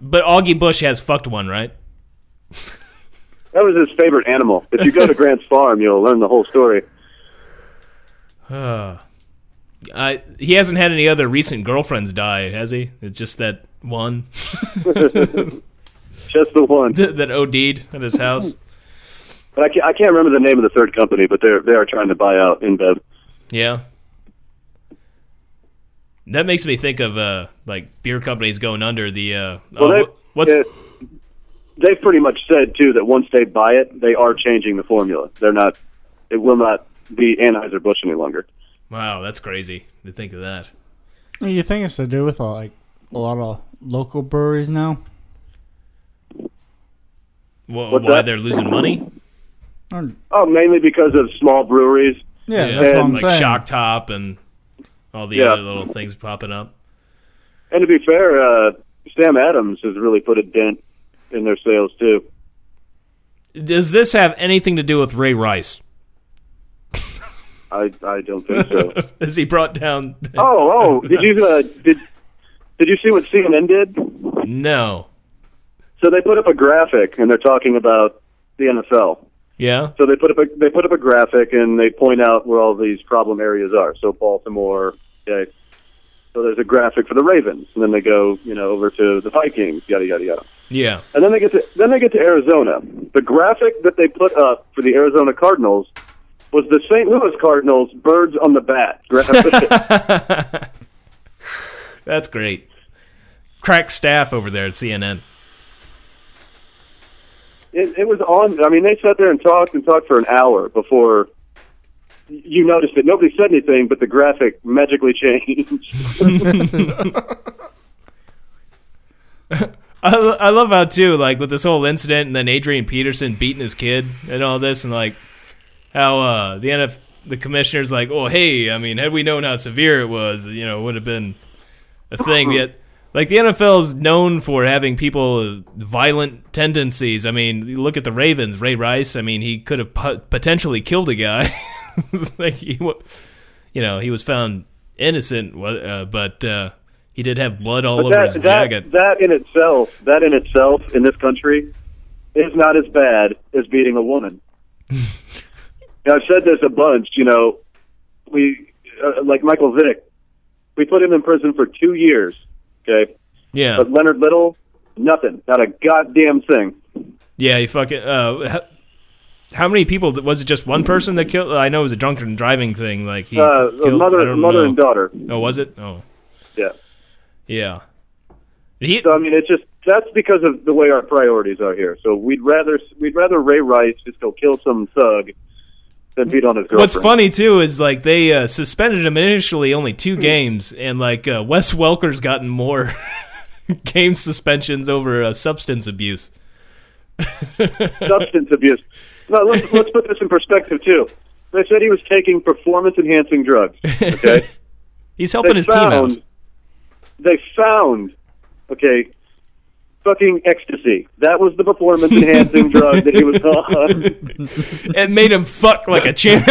Speaker 4: But Augie Bush has fucked one, right?
Speaker 7: That was his favorite animal. If you go to Grant's farm, you'll learn the whole story.
Speaker 4: Uh, I, he hasn't had any other recent girlfriends die, has he? It's just that one
Speaker 7: Just the one.
Speaker 4: that OD'd at his house.
Speaker 7: But I can't, I can't remember the name of the third company, but they're they are trying to buy out
Speaker 4: Uh,
Speaker 7: InBev.
Speaker 4: Yeah. That makes me think of uh, like beer companies going under the uh,
Speaker 7: Well,
Speaker 4: oh,
Speaker 7: they,
Speaker 4: wh- what's
Speaker 7: it- they've pretty much said too that once they buy it, they are changing the formula. They're not. It will not be Anheuser Busch any longer.
Speaker 4: wow that's crazy to think of that
Speaker 3: You think it's to do with uh, like a lot of local breweries now?
Speaker 4: Wh-
Speaker 7: What's
Speaker 4: why
Speaker 7: that?
Speaker 4: they're losing money
Speaker 7: Oh, mainly because of small breweries.
Speaker 3: Yeah, that's what I'm
Speaker 4: like
Speaker 3: saying.
Speaker 4: shock top and all the
Speaker 7: Yeah.
Speaker 4: other little things popping up
Speaker 7: And to be fair, uh, Sam Adams has really put a dent in their sales too.
Speaker 4: does this have anything to do with ray rice
Speaker 7: I I don't think so.
Speaker 4: as he brought down
Speaker 7: oh oh, did you uh, did did you see what CNN did?
Speaker 4: no
Speaker 7: So they put up a graphic and they're talking about the NFL.
Speaker 4: yeah
Speaker 7: So they put up a they put up a graphic and they point out where all these problem areas are. So Baltimore, okay. So there's a graphic for the Ravens, and then they go, you know, over to the Vikings, yada yada yada.
Speaker 4: yeah
Speaker 7: And then they get to then they get to Arizona. The graphic that they put up for the Arizona Cardinals was the St. Louis Cardinals birds on the bat. graphic.
Speaker 4: that's great crack staff over there at cnn
Speaker 7: it, it was on. I mean, they sat there and talked and talked for an hour before you noticed it. Nobody said anything, but the graphic magically changed.
Speaker 4: I, lo- I love how too like with this whole incident and then Adrian Peterson beating his kid and all this and like how uh the NF the commissioner's like oh hey I mean had we known how severe it was you know it would have been a thing yet like the NFL is known for having people with violent tendencies I mean you look at the Ravens Ray Rice I mean he could have pot- potentially killed a guy like he wa- you know he was found innocent wa- uh, but uh, he did have blood all over his
Speaker 7: that,
Speaker 4: jacket.
Speaker 7: that, that in itself, that in itself, in this country, is not as bad as beating a woman. now, I've said this a bunch. You know, we uh, like Michael Vick. We put him in prison for two years. Okay,
Speaker 4: yeah.
Speaker 7: but Leonard Little, nothing, not a goddamn thing.
Speaker 4: Yeah, you fucking. Uh, how, how many people was it? Just one person that killed? I know it was a drunken driving thing. Like he
Speaker 7: Uh,
Speaker 4: killed, I
Speaker 7: mother,
Speaker 4: don't
Speaker 7: mother
Speaker 4: know.
Speaker 7: and daughter.
Speaker 4: Oh, was it? Oh,
Speaker 7: Yeah.
Speaker 4: yeah. He,
Speaker 7: So I mean, it's just that's because of the way our priorities are here. So we'd rather we'd rather Ray Rice just go kill some thug than beat on his girlfriend.
Speaker 4: what's funny too is like they uh, suspended him initially only two
Speaker 7: Hmm.
Speaker 4: games, and like uh, Wes Welker's gotten more game suspensions over uh, substance abuse.
Speaker 7: substance abuse. No, let's, let's put this in perspective too. They said he was taking performance-enhancing drugs. Okay,
Speaker 4: He's
Speaker 7: they
Speaker 4: helping his team out.
Speaker 7: They found, okay, fucking ecstasy. That was the performance-enhancing drug that he was on.
Speaker 4: It made him fuck like a champ.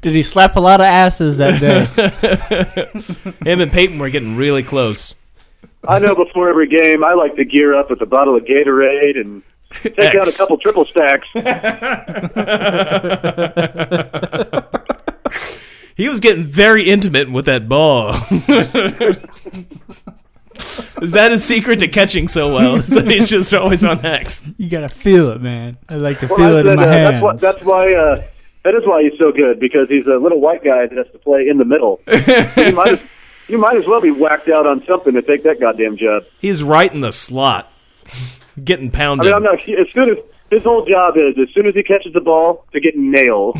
Speaker 5: Did he slap a lot of asses that day?
Speaker 4: him and Peyton were getting really close.
Speaker 7: I know. Before every game, I like to gear up with a bottle of Gatorade and take out a
Speaker 4: X.
Speaker 7: couple triple stacks.
Speaker 4: He was getting very intimate with that ball. Is that his secret to catching so well? Is that he's just always on X.
Speaker 5: you gotta feel it, man. I like to
Speaker 7: Well,
Speaker 5: feel
Speaker 7: I
Speaker 5: it in
Speaker 7: said,
Speaker 5: my
Speaker 7: uh,
Speaker 5: hands.
Speaker 7: That's why. That's why uh, that is why he's so good because he's a little white guy that has to play in the middle. you might as you might as well be whacked out on something to take that goddamn job.
Speaker 4: He's right in the slot, getting
Speaker 7: I
Speaker 4: pounded.
Speaker 7: mean, I'm not as soon as His whole job is, as soon as he catches the ball, to get nailed.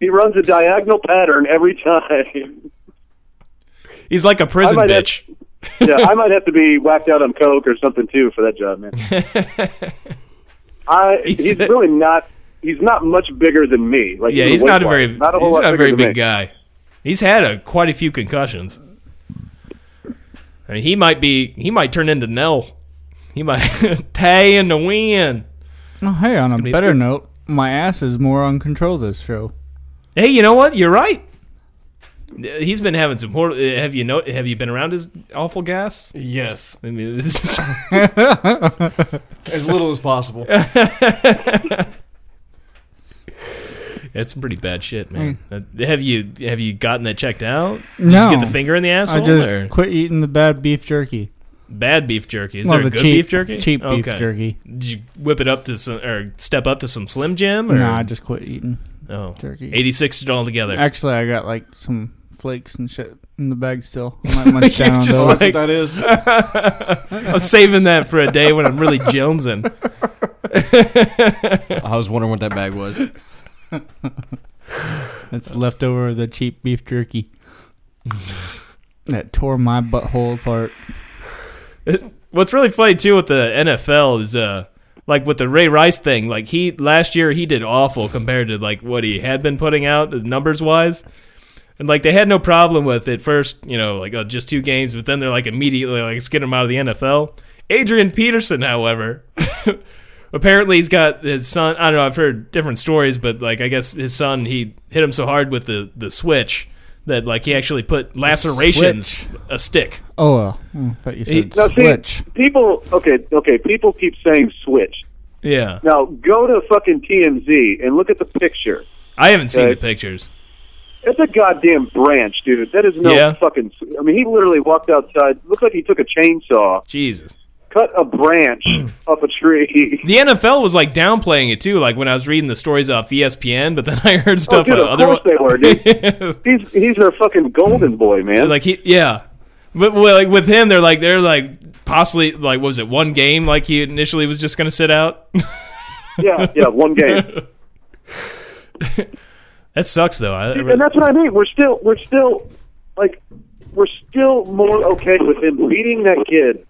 Speaker 7: he runs a diagonal pattern every time.
Speaker 4: He's like a prison
Speaker 7: might have-
Speaker 4: bitch.
Speaker 7: yeah, I might have to be whacked out on coke or something too for that job, man. I,
Speaker 4: He
Speaker 7: he's
Speaker 4: said-
Speaker 7: really not. He's not much bigger than me. Like
Speaker 4: yeah, he's not a very
Speaker 7: not a whole
Speaker 4: he's
Speaker 7: lot
Speaker 4: not a very
Speaker 7: bigger than
Speaker 4: big
Speaker 7: me.
Speaker 4: guy. He's had a quite a few concussions. I mean, he might be he might turn into Nell. He might pay in the wind.
Speaker 5: Oh, hey, on a
Speaker 4: be-
Speaker 5: better note, my ass is more on control this show.
Speaker 4: Hey, you know what? You're right. He's been having some horrible. Have you know? Have you been around his awful gas?
Speaker 6: Yes,
Speaker 4: I mean, it's-
Speaker 6: as little as possible.
Speaker 4: That's some pretty bad shit, man. Uh, Have you have you gotten that checked out?
Speaker 5: Mm. No,
Speaker 4: Did you get the finger in the
Speaker 5: I
Speaker 4: asshole? or
Speaker 5: just quit eating the bad beef jerky.
Speaker 4: bad beef jerky. Is
Speaker 5: Well,
Speaker 4: there
Speaker 5: the
Speaker 4: good
Speaker 5: cheap-
Speaker 4: beef jerky?
Speaker 5: cheap beef
Speaker 4: Okay.
Speaker 5: jerky.
Speaker 4: Did you whip it up to some or step up to some Slim Jim? Or,
Speaker 5: No, I just quit eating
Speaker 4: oh,
Speaker 5: jerky.
Speaker 4: eighty six altogether.
Speaker 5: Actually, I got like some flakes and shit in the bag still. I might munch down on
Speaker 4: just
Speaker 5: those.
Speaker 6: Oh, that's
Speaker 4: like-
Speaker 6: what that is.
Speaker 4: I was saving that for a day when I'm really jonesing.
Speaker 6: I was wondering what that bag was.
Speaker 5: That's leftover of the cheap beef jerky. that tore my butthole apart.
Speaker 4: What's really funny too with the NFL is uh like with the Ray Rice thing, like he last year he did awful compared to like what he had been putting out numbers wise. And like they had no problem with it first, you know, like oh, just two games, but then they're like immediately like let's get him out of the NFL. Adrian Peterson, however, apparently he's got his son. I don't know. I've heard different stories, but like I guess his son he hit him so hard with the the switch that like he actually put lacerations a stick.
Speaker 5: Oh, well. Mm, thought you
Speaker 4: He-
Speaker 5: said
Speaker 7: Now, see,
Speaker 5: switch.
Speaker 7: people. Okay, okay. People keep saying switch.
Speaker 4: Yeah,
Speaker 7: Now go to fucking TMZ and look at the picture.
Speaker 4: I haven't seen
Speaker 7: Okay.
Speaker 4: the pictures.
Speaker 7: It's a goddamn branch, dude. That is no
Speaker 4: Yeah.
Speaker 7: fucking. I mean, he literally walked outside. Looked like he took a chainsaw,
Speaker 4: Jesus.
Speaker 7: cut a branch
Speaker 4: Mm.
Speaker 7: off a tree.
Speaker 4: The NFL was like downplaying it too. Like when I was reading the stories off E ESPN, but then I heard stuff
Speaker 7: Oh, dude,
Speaker 4: on
Speaker 7: of
Speaker 4: other.
Speaker 7: course they were, dude. He's he's a fucking golden boy, man.
Speaker 4: like he, yeah. But well, like with him, they're like they're like possibly like what was it one game like he initially was just gonna sit out.
Speaker 7: yeah, yeah, one game.
Speaker 4: that sucks though. I, I really-
Speaker 7: and that's what I mean. We're still we're still like we're still more okay with him beating that kid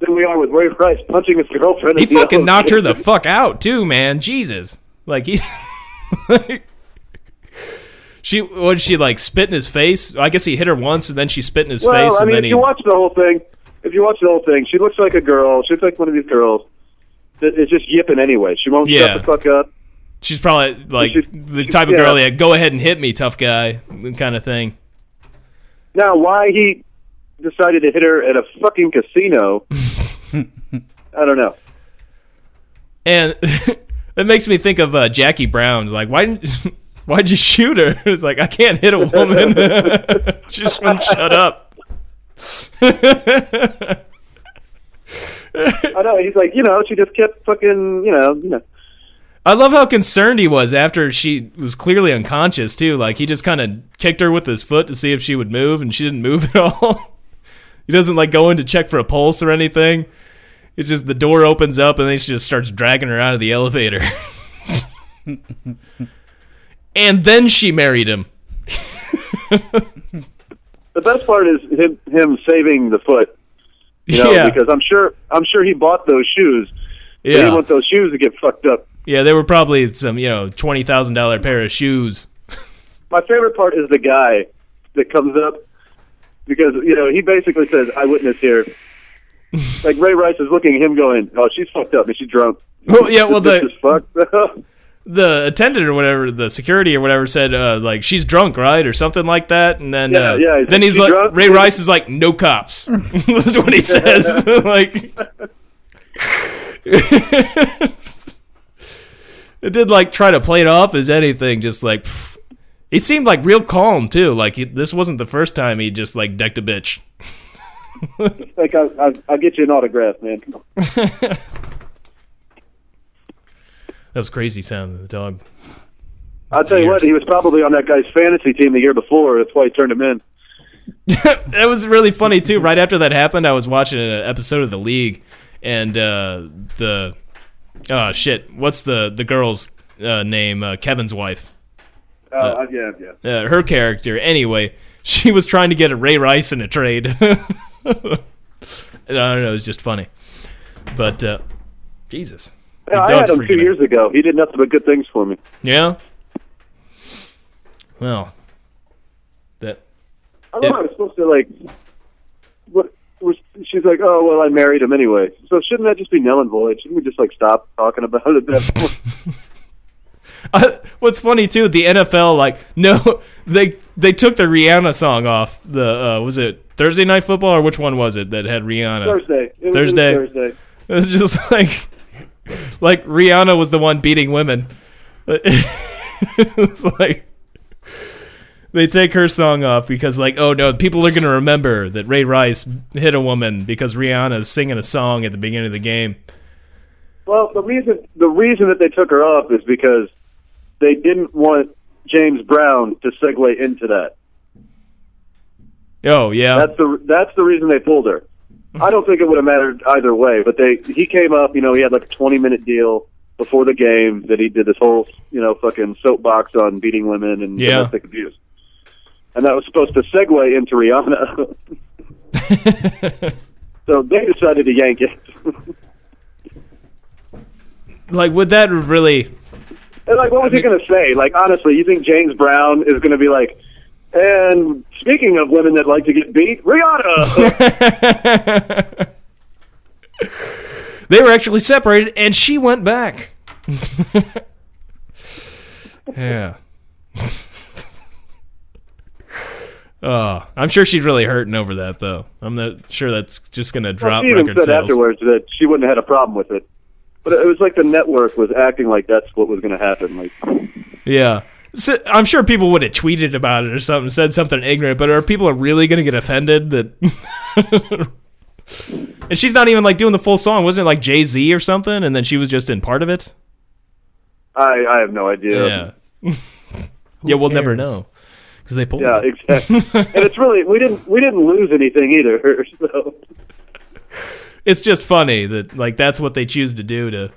Speaker 7: than we are with Ray Rice punching his girlfriend.
Speaker 4: he
Speaker 7: in the
Speaker 4: fucking
Speaker 7: nose.
Speaker 4: knocked her the fuck out too, man. Jesus, like he. She what did she like spit in his face? I guess he hit her once and then she spit in his
Speaker 7: well,
Speaker 4: face
Speaker 7: I
Speaker 4: and
Speaker 7: mean,
Speaker 4: then
Speaker 7: if
Speaker 4: he
Speaker 7: you watch the whole thing, if you watch the whole thing, she looks like a girl. She looks like one of these girls that is just yipping anyway. She won't
Speaker 4: Yeah.
Speaker 7: shut the fuck up.
Speaker 4: She's probably like
Speaker 7: She's-
Speaker 4: the
Speaker 7: she's-
Speaker 4: type of girl
Speaker 7: yeah.
Speaker 4: that go ahead and hit me, tough guy, kind of thing.
Speaker 7: Now, why he decided to hit her at a fucking casino? I don't know.
Speaker 4: And that makes me think of uh, Jackie Brown. Like, why didn't, why'd you shoot her? It's like I can't hit a woman. she just wouldn't shut up.
Speaker 7: I know. He's like, you know, she just kept fucking, you know, you know.
Speaker 4: I love how concerned he was after she was clearly unconscious too. Like he just kind of kicked her with his foot to see if she would move, and she didn't move at all. he doesn't like go in to check for a pulse or anything. It's just the door opens up, and then she just starts dragging her out of the elevator. and then she married him.
Speaker 7: The best part is him him saving the foot. You know,
Speaker 4: yeah,
Speaker 7: because I'm sure I'm sure he bought those shoes. He didn't
Speaker 4: yeah,
Speaker 7: want those shoes to get fucked up.
Speaker 4: yeah. They were probably some you know twenty thousand dollar pair of shoes.
Speaker 7: My favorite part is the guy that comes up because you know he basically says eyewitness here. like Ray Rice is looking at him, going, "Oh, she's fucked up, and she's drunk."
Speaker 4: Well, yeah, well,
Speaker 7: this
Speaker 4: the-
Speaker 7: is fucked up.
Speaker 4: the attendant or whatever, the security or whatever said uh, like she's drunk, right, or something like that. And then
Speaker 7: Yeah,
Speaker 4: uh,
Speaker 7: yeah, he's
Speaker 4: then
Speaker 7: like,
Speaker 4: he's
Speaker 7: "She
Speaker 4: like
Speaker 7: drunk?"
Speaker 4: Ray Rice is like no cops. this is what he says. like it did like try to play it off as anything, just like. Pff. He seemed like real calm too. Like he, this wasn't the first time he just like decked a bitch.
Speaker 7: like I, I, I'll get you an autograph, man.
Speaker 4: That was crazy sound of the dog.
Speaker 7: I'll tell you what,
Speaker 4: Years.
Speaker 7: he was probably on that guy's fantasy team the year before. That's why he turned him in.
Speaker 4: that was really funny too. Right after that happened, I was watching an episode of the league, and uh, the oh shit, what's the the girl's uh, name? Uh, Kevin's wife.
Speaker 7: Uh, yeah, yeah.
Speaker 4: Uh, her character. Anyway, she was trying to get a Ray Rice in a trade. I don't know. It was just funny, but uh, Jesus.
Speaker 7: Yeah,
Speaker 4: Your
Speaker 7: I
Speaker 4: dog's
Speaker 7: had him
Speaker 4: freaking
Speaker 7: two
Speaker 4: out.
Speaker 7: years ago. He did nothing but good things for me.
Speaker 4: Yeah. Well, that
Speaker 7: I don't know. I was supposed to like. What was she's like? Oh well, I married him anyway. So shouldn't that just be null and void? Shouldn't we just like stop talking about it? at That point?
Speaker 4: what's funny too the nfl like no they they took the rihanna song off the uh was it thursday night football or which one was it that had rihanna
Speaker 7: Thursday. It was- it was
Speaker 4: Thursday.
Speaker 7: Thursday.
Speaker 4: it's just like like rihanna was the one beating women it's like they take her song off because like oh no people are going to remember that ray rice hit a woman because rihanna's singing a song at the beginning of the game
Speaker 7: Well, the reason the reason that they took her off is because they didn't want James Brown to segue into that.
Speaker 4: oh yeah
Speaker 7: That's the that's the reason they pulled her. I don't think it would have mattered either way, but they he came up, you know, he had like a 20 minute deal before the game that he did this whole, you know, fucking soapbox on beating women and
Speaker 4: Yeah.
Speaker 7: domestic abuse. And that was supposed to segue into Rihanna. so they decided to yank it.
Speaker 4: like would that really
Speaker 7: And like, what was he going to say? Like, honestly, you think James Brown is going to be like? And speaking of women that like to get beat, Rihanna.
Speaker 4: they were actually separated and she went back yeah oh i'm sure she's really hurting over that though i'm not sure that's just gonna drop
Speaker 7: she even
Speaker 4: record
Speaker 7: said
Speaker 4: sales
Speaker 7: afterwards that she wouldn't have had a problem with it. But it was like the network was acting like that's what was going to happen. Like,
Speaker 4: yeah so, i'm sure people would have tweeted about it or something said something ignorant but are people really gonna get offended that and she's not even like doing the full song wasn't it like jay-z or something and then she was just in part of it
Speaker 7: I, I have no idea.
Speaker 4: Yeah. yeah, we'll never know because they pulled.
Speaker 7: Yeah,
Speaker 4: it.
Speaker 7: exactly. and it's really we didn't we didn't lose anything either. So
Speaker 4: It's just funny that like that's what they choose to do to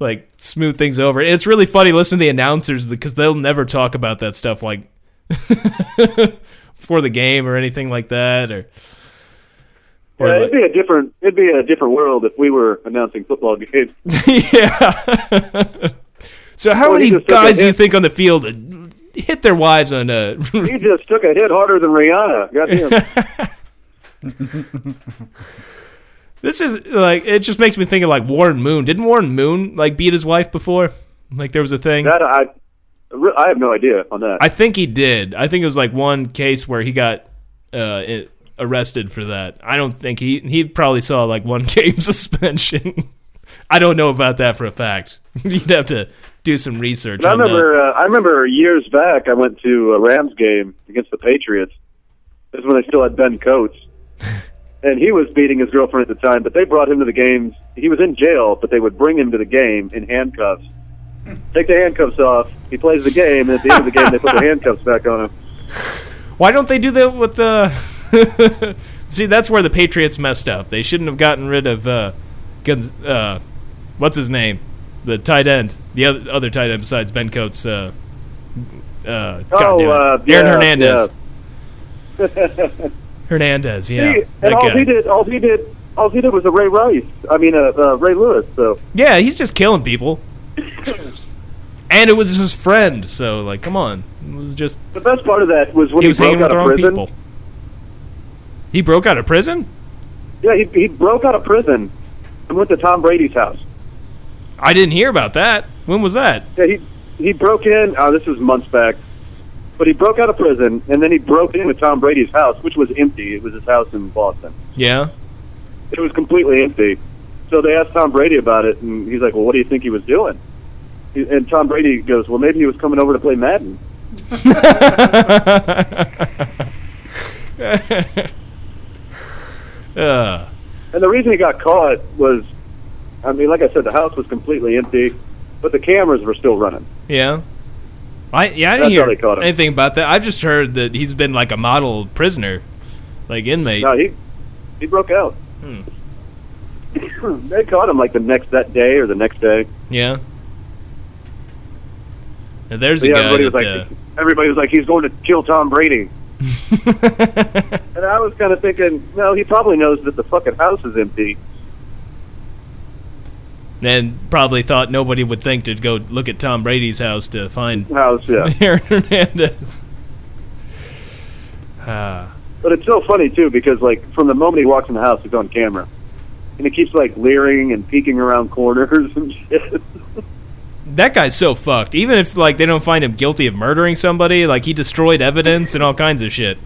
Speaker 4: like smooth things over. And It's really funny listening to the announcers because they'll never talk about that stuff like for the game or anything like that or. or
Speaker 7: yeah,
Speaker 4: like-
Speaker 7: it'd be a different it'd be a different world if we were announcing football games.
Speaker 4: yeah. so how
Speaker 7: Well, he
Speaker 4: many
Speaker 7: just took a
Speaker 4: guys do you
Speaker 7: hit.
Speaker 4: think on the field uh, hit their wives on uh, a?
Speaker 7: He just took a hit harder than Rihanna. Goddamn.
Speaker 4: this is like it just makes me think of like Warren Moon. Didn't Warren Moon like beat his wife before? Like there was a thing.
Speaker 7: That I, I have no idea on that.
Speaker 4: I think he did. I think it was like one case where he got uh, i- arrested for that. I don't think he he probably saw like one game suspension. I don't know about that for a fact. You'd have to do some research.
Speaker 7: I
Speaker 4: on that.
Speaker 7: remember. Uh, I remember years back. I went to a Rams game against the Patriots. This is when they still had Ben Coates, and he was beating his girlfriend at the time. But they brought him to the games. He was in jail, but they would bring him to the game in handcuffs. Take the handcuffs off. He plays the game, and at the end of the game, they put the handcuffs back on him.
Speaker 4: Why don't they do that with the? See, that's where the Patriots messed up. They shouldn't have gotten rid of uh, Gonz- uh what's his name, the tight end, the other other tight end besides Ben Coates. Uh, uh, God damn it.
Speaker 7: uh, yeah,
Speaker 4: Aaron Hernandez.
Speaker 7: yeah.
Speaker 4: Hernandez, yeah,
Speaker 7: He-
Speaker 4: that
Speaker 7: and all
Speaker 4: guy.
Speaker 7: he did, all he did, all he did was a Ray Rice. I mean, uh, uh, Ray Lewis. So
Speaker 4: Yeah, he's just killing people. and it was his friend, so like, come on, it was just
Speaker 7: the best part of that was when
Speaker 4: he
Speaker 7: he,
Speaker 4: was
Speaker 7: broke
Speaker 4: hanging with
Speaker 7: out
Speaker 4: the
Speaker 7: of
Speaker 4: wrong
Speaker 7: prison.
Speaker 4: people. He broke out of prison.
Speaker 7: Yeah, he, he broke out of prison and went to Tom Brady's house.
Speaker 4: I didn't hear about that. When was that?
Speaker 7: Yeah, he he broke in. Oh, this was months back, but he broke out of prison and then he broke into Tom Brady's house, which was empty. It was his house in Boston.
Speaker 4: Yeah.
Speaker 7: It was completely empty. So they asked Tom Brady about it, and he's like, "Well, what do you think he was doing?" He, and Tom Brady goes, "Well, maybe he was coming over to play Madden."
Speaker 4: Uh,
Speaker 7: And the reason he got caught was, I mean, like I said, the house was completely empty, but the cameras were still running.
Speaker 4: yeah. I yeah, I didn't
Speaker 7: That's how they
Speaker 4: hear
Speaker 7: caught him.
Speaker 4: anything about that. I've just heard that he's been like a model prisoner, like inmate.
Speaker 7: No, he he broke out. they caught him like the next that day or the next day.
Speaker 4: Yeah. Now, there's a
Speaker 7: But yeah,
Speaker 4: guy.
Speaker 7: everybody was like,
Speaker 4: that,
Speaker 7: everybody was like, he's going to kill Tom Brady,
Speaker 4: uh,
Speaker 7: and I was kind of thinking, no, he probably knows that the fucking house is empty.
Speaker 4: and probably thought nobody would think to go look at Tom Brady's house to find
Speaker 7: House, yeah.
Speaker 4: Aaron Hernandez. Ah.
Speaker 7: But it's so funny too because like from the moment he walks in the house, he's on camera, and he keeps like leering and peeking around corners and shit.
Speaker 4: that guy's so fucked. Even if like they don't find him guilty of murdering somebody, like he destroyed evidence and all kinds of shit.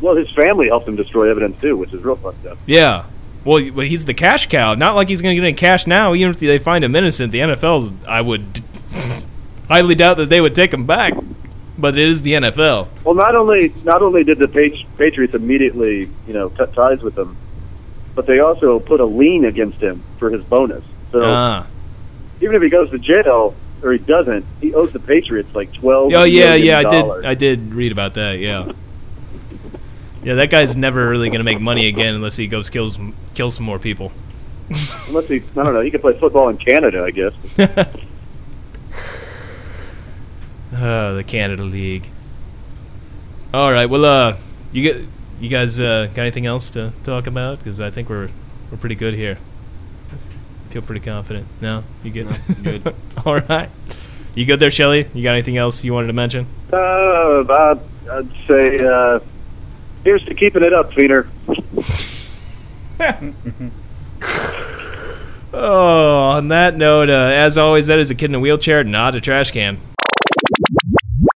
Speaker 7: Well, his family helped him destroy evidence too, which is real fucked up.
Speaker 4: Yeah. Well, y- well, he's the cash cow. Not like he's going to get any cash now. Even if they find him innocent, the NFL's I would highly doubt that they would take him back. But it is the NFL.
Speaker 7: Well, not only not only did the Patri- Patriots immediately you know cut ties with him, but they also put a lien against him for his bonus. So
Speaker 4: Ah.
Speaker 7: even if he goes to jail or he doesn't, he owes the Patriots like twelve.
Speaker 4: Oh yeah,
Speaker 7: million
Speaker 4: yeah. I
Speaker 7: dollars.
Speaker 4: did. I did read about that. Yeah. Yeah, that guy's never really going to make money again unless he goes kills m- kills some more people.
Speaker 7: Unless he, I don't know, he could play football in Canada, I guess.
Speaker 4: Uh, the Canada League. All right. Well, uh, you get you guys uh, got anything else to talk about? Because I think we're we're pretty good here. I feel pretty confident. No, you good? good. All right. You good there, Shelly? You got anything else you wanted to mention?
Speaker 7: Uh, I'd, I'd say uh, here's to keeping it up, Feener.
Speaker 4: Oh, on that note, uh, as always, that is a kid in a wheelchair, not a trash can.